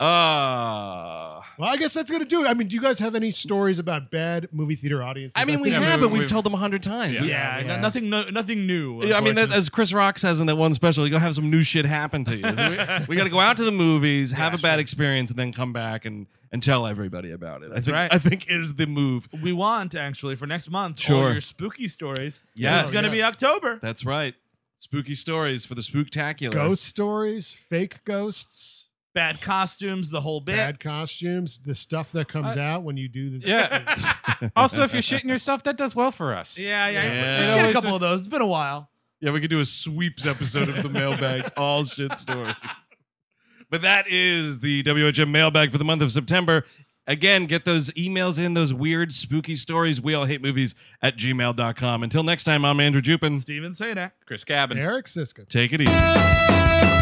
Speaker 3: Uh,
Speaker 5: Well, I guess that's gonna do it. I mean, do you guys have any stories about bad movie theater audiences?
Speaker 3: I mean, we
Speaker 5: think-
Speaker 3: have, but we've,
Speaker 6: we've-
Speaker 3: told them a hundred times.
Speaker 6: Yeah.
Speaker 3: We-
Speaker 4: Yeah,
Speaker 5: Yeah.
Speaker 4: no- nothing no, nothing
Speaker 3: Yeah, I
Speaker 4: new.
Speaker 3: mean, that,
Speaker 4: unfortunately.
Speaker 3: as Chris Rock says in that one special, you gotta have some new shit happen to you. So we got to go out to the movies, have a bad experience, and then come back and, and tell everybody about it. I think
Speaker 4: right.
Speaker 3: I think is the move.
Speaker 4: we want actually for next month all
Speaker 3: Sure.
Speaker 4: your spooky stories.
Speaker 3: Yes.
Speaker 4: It's gonna be October.
Speaker 3: That's right. Spooky stories for the spooktacular.
Speaker 5: ghost stories, fake ghosts,
Speaker 4: Bad costumes, the whole bit.
Speaker 5: bad costumes, the stuff that comes out when you do the.
Speaker 6: Yeah. also, if you're shitting yourself, that does well for us.
Speaker 4: Yeah, yeah.
Speaker 3: Yeah.
Speaker 4: We
Speaker 3: It
Speaker 4: Get a
Speaker 6: always-
Speaker 4: couple of those. It's been a while.
Speaker 3: Yeah, we could do a sweeps episode of the mailbag, all shit stories. But that is the WHM mailbag for the month of September. Again, get those emails in, those weird, spooky stories. We all hate movies at gmail.com. Until next time, I'm Andrew Jupin.
Speaker 4: Steven Sadak.
Speaker 6: Chris Cabin.
Speaker 5: Eric Siska.
Speaker 3: Take it easy.